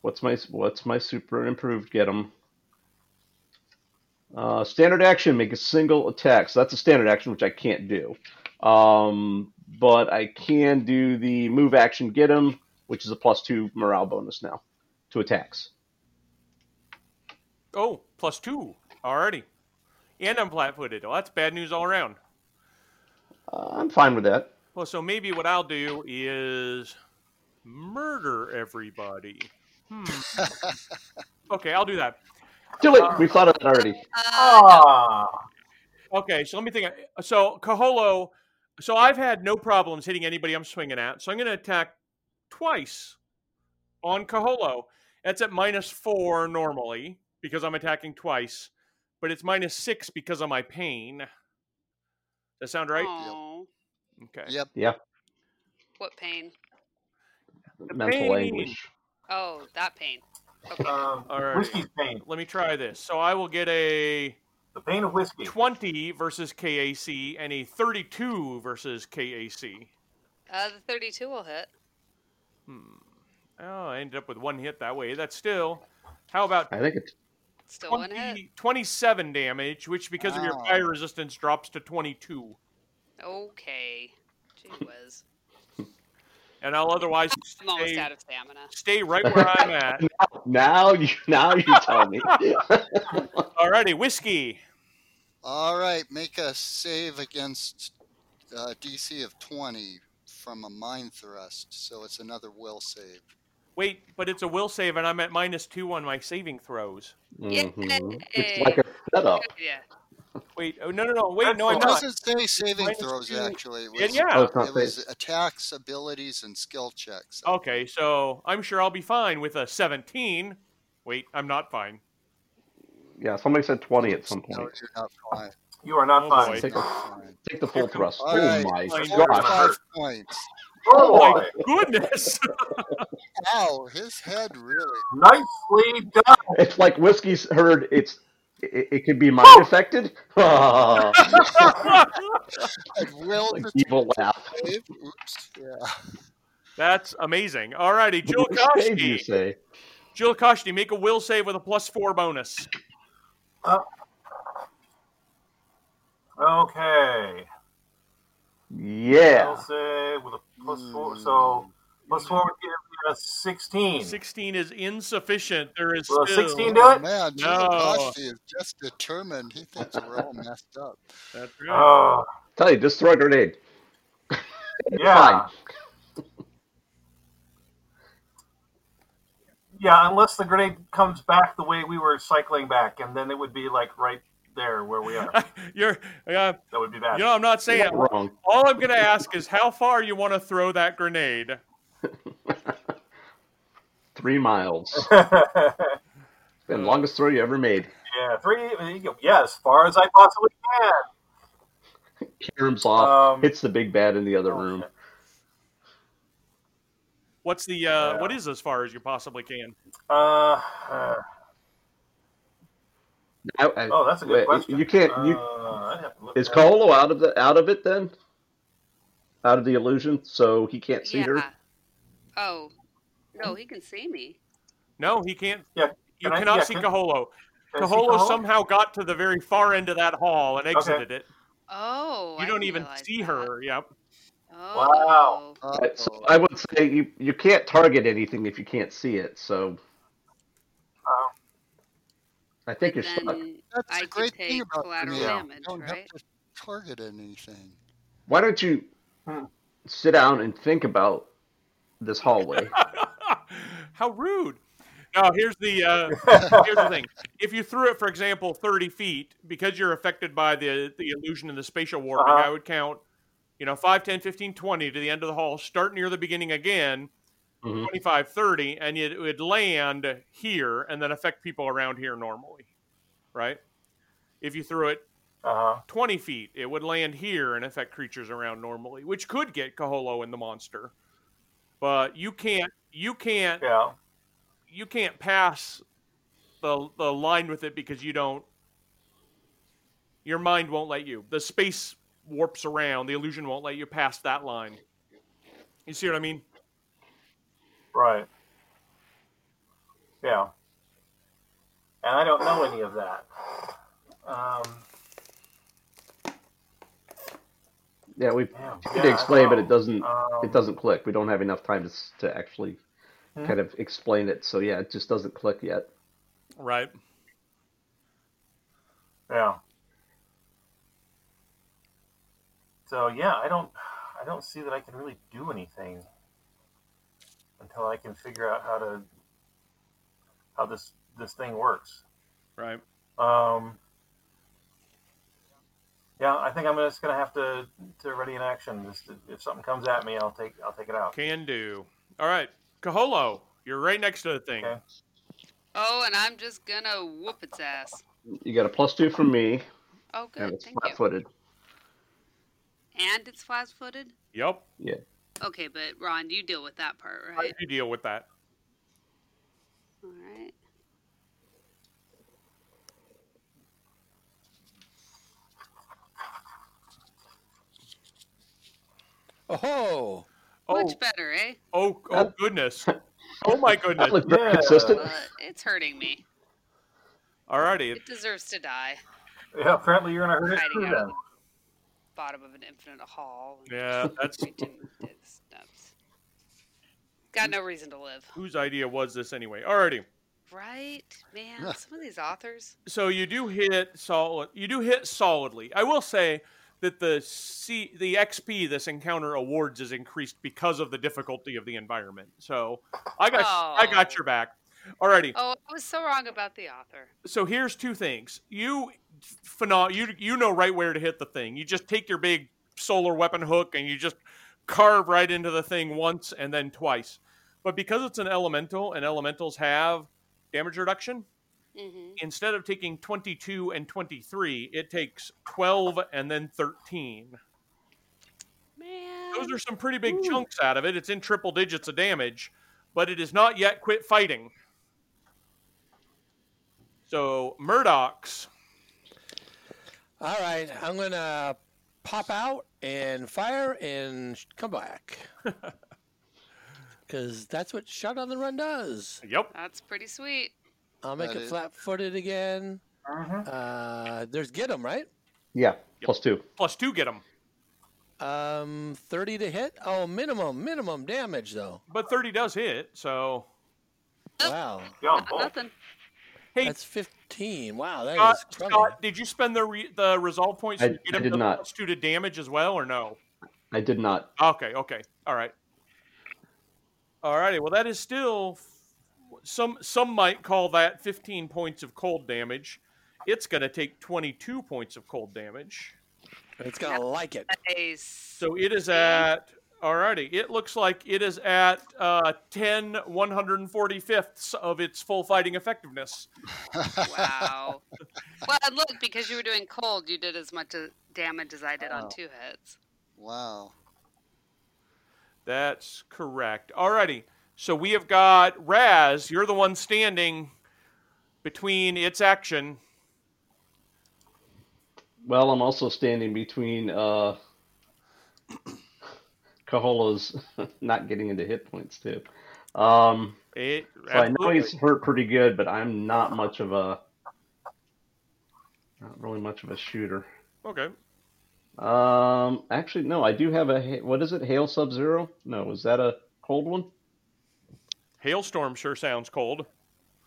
G: What's my what's my super improved get him? Uh, standard action, make a single attack. So that's a standard action, which I can't do. Um, but I can do the move action, get him, which is a plus two morale bonus now to attacks.
A: Oh, plus two. Alrighty. And I'm flat footed. Well, that's bad news all around.
G: Uh, I'm fine with that.
A: Well, so maybe what I'll do is murder everybody. Hmm. okay, I'll do that.
G: Do it. We've thought of it already.
D: Uh,
H: ah,
A: Okay, so let me think. So Caholo, so I've had no problems hitting anybody I'm swinging at. So I'm going to attack twice on Caholo. That's at minus four normally because I'm attacking twice, but it's minus six because of my pain. That sound right?
D: aw,
A: Okay.
E: Yep.
D: What pain?
G: mental
A: pain.
G: anguish.
D: Oh, that pain. Okay.
H: um,
A: All right.
H: whiskey's pain.
A: Let me try this. So I will get a
H: The pain of whiskey.
A: 20 versus KAC and a 32 versus KAC.
D: Uh, the 32 will hit.
A: Hmm. Oh, I ended up with one hit that way. That's still, how about
G: I think it's
D: Still one hit.
A: 20, 27 damage, which because of your
E: Wow.
A: fire resistance drops to 22.
D: Okay. Gee whiz.
A: And I'll otherwise
D: I'm almost
A: stay,
D: out of stamina.
A: stay right where I'm at.
G: now you now you tell me.
A: Alrighty, whiskey.
E: All right. Make a save against uh, DC of 20 from a mind thrust. So it's another will save.
A: Wait, but it's a will save, and I'm at minus two on my saving throws.
G: Mhm. It's like a setup.
D: Yeah.
A: Wait, oh, no, no, no. Wait, no, I'm
E: It
A: not.
E: doesn't say saving
A: Minus
E: throws,
A: two.
E: actually. It
A: Yeah,
E: was,
A: yeah.
G: Oh, it's not
E: It was
G: safe.
E: attacks, abilities, and skill checks.
A: Okay, so I'm sure I'll be fine with a 17. Wait, I'm not fine.
G: Yeah, somebody said twenty at some
E: No,
G: point.
E: you're not fine.
H: You are not
A: Oh,
H: fine.
A: boy.
G: Take
E: You're
G: the,
E: not fine.
G: take the full thrust.
E: All
G: Oh
E: right.
G: my
A: Fine.
E: Four to
G: gosh.
E: five points.
A: Oh my
H: Sirloin.
A: goodness!
E: Wow, his head really.
H: Nicely done.
G: It's like whiskey's heard. It's it, it could be mind affected. Ah,
E: It will
G: like
E: just
G: evil laugh.
E: save. Oops. Yeah.
A: That's amazing. All righty, Jill
G: Which stage you
A: Koshti.
G: say?
A: Jill Koshti, make a will save with a plus four bonus.
H: Okay. I'll Oh.
G: Yeah.
H: say with a plus four. So plus four would give me a 16.
A: 16 is insufficient. There is
H: Well,
A: still.
H: 16 do
E: Oh,
H: it?
E: man, Jim
A: No.
E: Acosta is just determined. He thinks we're all messed up.
A: That's right.
H: Oh,
G: Tell you, just throw a grenade.
H: yeah.
G: Fine.
H: Yeah, unless the grenade comes back the way we were cycling back, and then it would be like right there where we are.
A: You're, uh,
H: That would be bad.
A: you know, I'm not saying
G: You're not wrong.
A: All I'm going to ask is how far you want to throw that grenade.
G: Three
H: Oh.
G: miles.
H: yeah,
G: The longest throw you ever made.
H: three. you go- Yeah, as far as I possibly can.
G: Caroms off.
H: Um, oh,
G: hits the big bad in the other room.
A: What's the uh,
H: Yeah.
A: what is as far as you possibly can?
H: Uh, uh,
G: I- I-
H: oh, that's a
G: wait,
H: good
G: you-
H: question.
G: You can't. You,
H: Uh, I'd have to look
G: is
H: that up.
G: Colo out of the out of it then? Out of the illusion, so he can't see
D: yeah.
G: her.
D: Oh, no, he can see me.
A: No, he can't.
H: Yeah,
A: you
H: can I-
A: cannot
H: yeah,
A: see
H: can-
A: Kaholo.
H: Can I see
A: Kaholo
H: Colo?
A: somehow got to the very far end of that hall and exited it.
D: Oh, I
A: You don't
D: didn't
A: even
D: realize
A: see
D: that.
A: her. Yep.
D: Oh.
E: Uh,
G: Right, so I would say you, you can't target anything if you can't see it. So
H: Wow.
G: I think you're
D: But
G: stuck.
D: Oh. then
E: that's
D: I
E: the
D: could
E: great thing
D: take
E: about
D: collateral
E: Jimmy.
D: damage,
E: You don't have
D: right?
E: to target anything.
G: Why don't you
H: Hmm.
G: sit down and think about this hallway?
A: how rude. Now here's the uh, here's the thing. If you threw it, for example, 30 feet, because you're affected by the, the illusion and the spatial warping,
H: Uh-huh.
A: I would count, you know, 5, 10, 15, 20 to the end of the hall, start near the beginning again, Mm-hmm.
G: Mhm.
A: twenty-five, thirty, 25, 30, and it would land here and then affect people around here normally, right? If you threw it
H: Uh-huh.
A: 20 feet, it would land here and affect creatures around normally, which could get Kaholo and the monster. But you can't, you can't
H: Yeah.
A: you can't pass the the line with it because you don't your mind won't let you. The space warps around, the illusion won't let you pass that line. You see what I mean?
H: Right. Yeah. And I don't know any of that. Um,
G: Yeah, we
H: yeah,
G: tried
H: yeah,
G: to explain,
H: I
G: but
D: oh,
H: don't
G: it doesn't.
H: know. Um,
G: It doesn't click. We don't have enough time to s- to actually
H: Hmm.
G: kind of explain it. So yeah, it just doesn't click yet.
A: Right.
H: Yeah. So yeah, I don't, I don't see that I can really do anything until I can figure out how to, how this this thing works.
A: Right.
H: Um, yeah, I think I'm just gonna have to to ready in action. Just to- if something comes at me, I'll take I'll take it out.
A: Can do. All right. Kaholo, you're right next to the thing.
H: Okay.
D: Oh, and I'm just gonna whoop its ass.
G: You got a plus two from me,
D: Oh,
G: and
D: good.
G: it's
D: Thank you.
G: flat-footed.
D: And it's flat-footed.
A: Yep.
D: Okay, but Ron, you deal with that part,
A: How do
D: right?
A: you deal with that?
D: All right.
F: Oh,
A: Oh,
D: Much better, eh?
A: oh, oh goodness. Oh my
G: That
A: goodness.
G: looked very
H: Yeah.
G: consistent.
D: But it's hurting me.
A: All righty.
D: It deserves to die.
H: Yeah, apparently you're in a hurry. to
D: Hiding
H: do
D: out
H: that.
D: of the bottom of an infinite hall.
A: Yeah, that's
D: Reaching- it's nuts. Got no reason to live,
A: whose idea was this anyway? Alrighty.
D: right? Man, some of these authors.
A: so you do hit solid you do hit solidly i will say that the c the xp this encounter awards is increased because of the difficulty of the environment so i got i got
D: Oh.
A: your back alrighty
D: Oh, I was so wrong about the author.
A: so here's two things you phenom- you you know right where to hit the thing you just take your big solar weapon hook and you just carve right into the thing once and then twice but because it's an elemental and elementals have damage reduction
D: hmm
A: instead of taking 22 and 23, it takes 12 and then 13.
D: Man.
A: Those are some pretty big chunks out of it. It's in triple digits of damage, but it has not yet quit fighting. So Murdoch's
F: All right, I'm gonna pop out and fire and sh- come back. Because that's what shot on the run does.
A: Yep.
D: That's pretty sweet.
F: I'll make
E: That
F: it
E: is-
F: flat footed again.
H: Mhm.
F: Uh, there's get 'em, right?
G: Yeah, plus two.
A: Plus two get him.
F: Um, 30 to hit. Oh, minimum, minimum damage though.
A: But 30 does hit, so
F: Wow,
H: Yeah, oh, on
A: Oh.
H: both.
D: Nothing.
A: hey
F: that's 15. Wow, that is
A: Scott,
F: crummy.
A: Scott, did you spend the re- the resolve points
G: I-
A: to get
G: I
A: him
G: did
A: the
G: not.
A: plus two to damage as well, or no?
G: I did not.
A: Okay, okay, all right, all righty. Well, that is still some some might call that fifteen points of cold damage. It's going to take twenty two points of cold damage.
F: It's gonna like it.
D: Nice.
A: So it is at alrighty. It looks like it is at uh, 10 145 fifths of its full fighting effectiveness.
D: Wow. well, and look, because you were doing cold, you did as much uh, damage as I did
A: Oh.
D: on two hits.
E: Wow.
A: That's correct. Alrighty. So we have got Raz. You're the one standing between its action.
G: Well, I'm also standing between uh, Kaholo's not getting into hit points too. Um,
A: It,
G: so I know he's hurt pretty good, but I'm not much of a not really much of a shooter.
A: okay.
G: Um, actually, no, I do have a ha- what is it? Hail Sub Zero? No, is that a cold one?
A: Hailstorm sure sounds cold.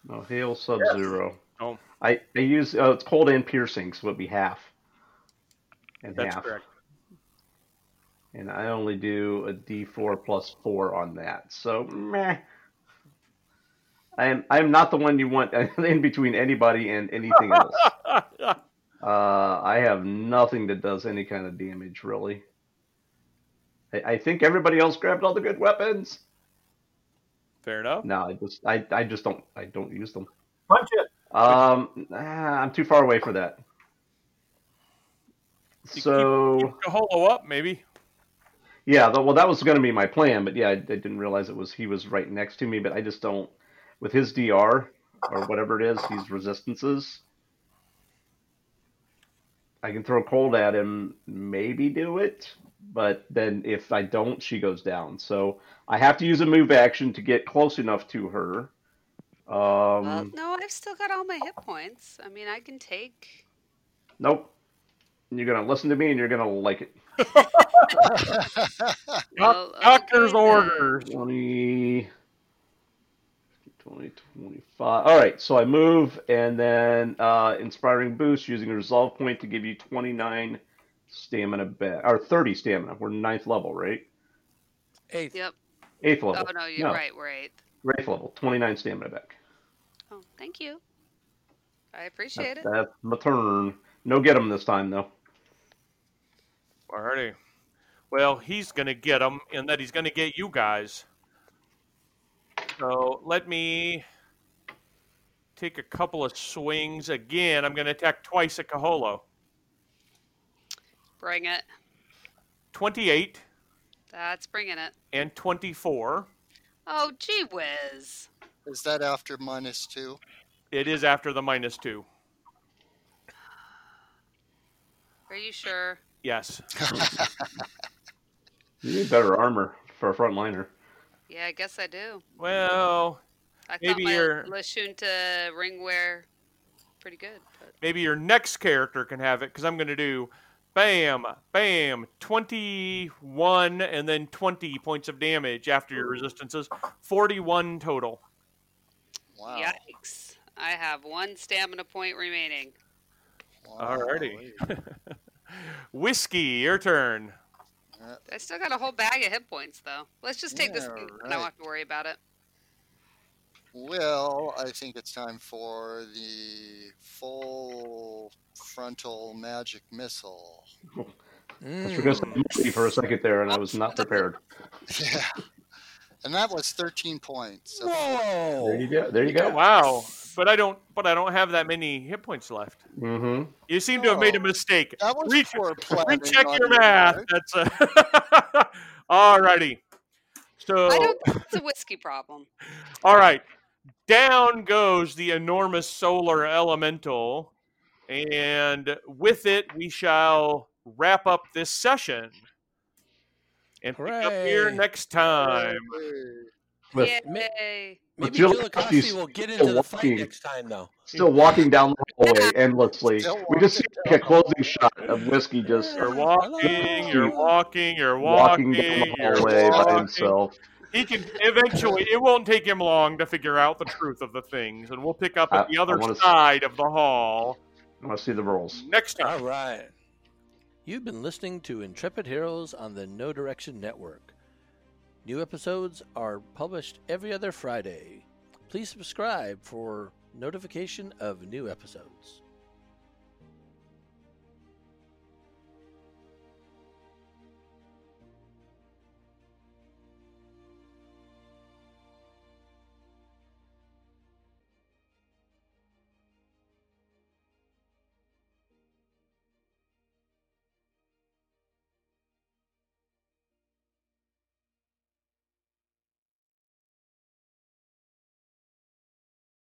G: No, Hail Sub Zero.
A: Oh.
G: I I use oh, it's cold and piercing, so it'd be half. And
A: That's
G: half.
A: correct.
G: and I only do a D4 plus four on that. So meh. I am I am not the one you want in between anybody and anything else. uh, I have nothing that does any kind of damage really. I, I think everybody else grabbed all the good weapons.
A: Fair enough.
G: No, I just I, I just don't I don't use them.
H: Punch it.
G: Um, ah, I'm too far away for that.
A: keep-
G: So
A: Kaholo up, maybe.
G: Yeah, tho- well, that was going to be my plan, but yeah, I, I didn't realize it was he was right next to me. But I just don't with his DR or whatever it is, these resistances. I can throw cold at him, maybe do it, but then if I don't, she goes down. So I have to use a move action to get close enough to her. Um,
D: well, no, I've still got all my hit points. I mean, I can take.
G: nope. You're gonna listen to me, and you're gonna like it.
D: Well,
A: Doctor's
D: okay,
A: orders.
G: 20, 20, 25. All right, so I move and then uh, inspiring boost using a resolve point to give you 29 stamina back, or 30 stamina. We're ninth level, right?
F: Eighth.
D: Yep.
G: Eighth level.
D: Oh no, you're
G: No,
D: right. We're eighth.
G: we're Eighth level, 29 stamina back.
D: Oh, thank you. I appreciate
G: That,
D: it.
G: that's my turn. No get him this time, though.
A: Alrighty. Well, he's going to get him, and that he's going to get you guys. So let me take a couple of swings again. I'm going to attack twice at Kaholo.
D: Bring it.
A: 28
D: That's bringing it.
A: and 24.
D: Oh, gee whiz.
E: Is that after minus two?
A: It is after the minus two.
D: Are you sure?
A: Yes.
G: You need better armor for a frontliner.
D: Yeah, I guess I do.
A: Well,
D: I
A: Maybe
D: thought my
A: you're-
D: Lashunta ringwear pretty good. But
A: maybe your next character can have it because I'm going to do bam, bam, 21 and then 20 points of damage after your resistances. 41 total.
E: Wow.
D: yikes. I have one stamina point remaining.
A: Alrighty. Whiskey, your turn.
D: I still got a whole bag of hit points, though. Let's just take this
E: Yeah,
D: one. and I
E: right.
D: won't have to worry about it.
E: Well, I think it's time for the full frontal magic missile.
G: I
F: Mm.
G: was going to
D: Hmm.
G: say movie for a second there, and I was not prepared.
E: Yeah. And that was 13 points. So
F: Whoa!
G: There you go. There you
A: Oh,
G: go.
A: wow. but I don't. But I don't have that many hit points left.
G: Mm-hmm.
A: You seem to have made a
E: Oh.
A: mistake.
E: That was
A: Reach-
E: poor planning.
A: Recheck
E: on
A: your math.
E: part.
A: That's a alrighty.
D: I
A: So
D: don't think it's a whiskey problem.
A: all right, down goes the enormous solar elemental, and with it we shall wrap up this session. And pick up here
F: Hooray.
A: next time.
G: But
D: Yay.
F: Maybe
G: Jill
F: Jill
G: Acosti's
F: Acosti will get into the fight
G: walking.
F: next time, though.
G: Still walking down the hallway endlessly.
E: Still
G: We just see
E: walking
G: like a
E: down.
G: closing shot of whiskey just
A: You're
F: Hello.
A: walking, you're walking, you're
G: walking
A: walking,
G: down the
A: you're
G: hallway by
A: walking.
G: himself.
A: He can eventually. It won't take him long to figure out the truth of the things, and we'll pick up
G: I-
A: at the
G: I
A: other
G: wanna s-
A: side of the hall
G: I want to see the rolls.
A: next time.
F: All right. You've been listening to Intrepid Heroes on the No Direction Network. New episodes are published every other Friday. Please subscribe for notification of new episodes.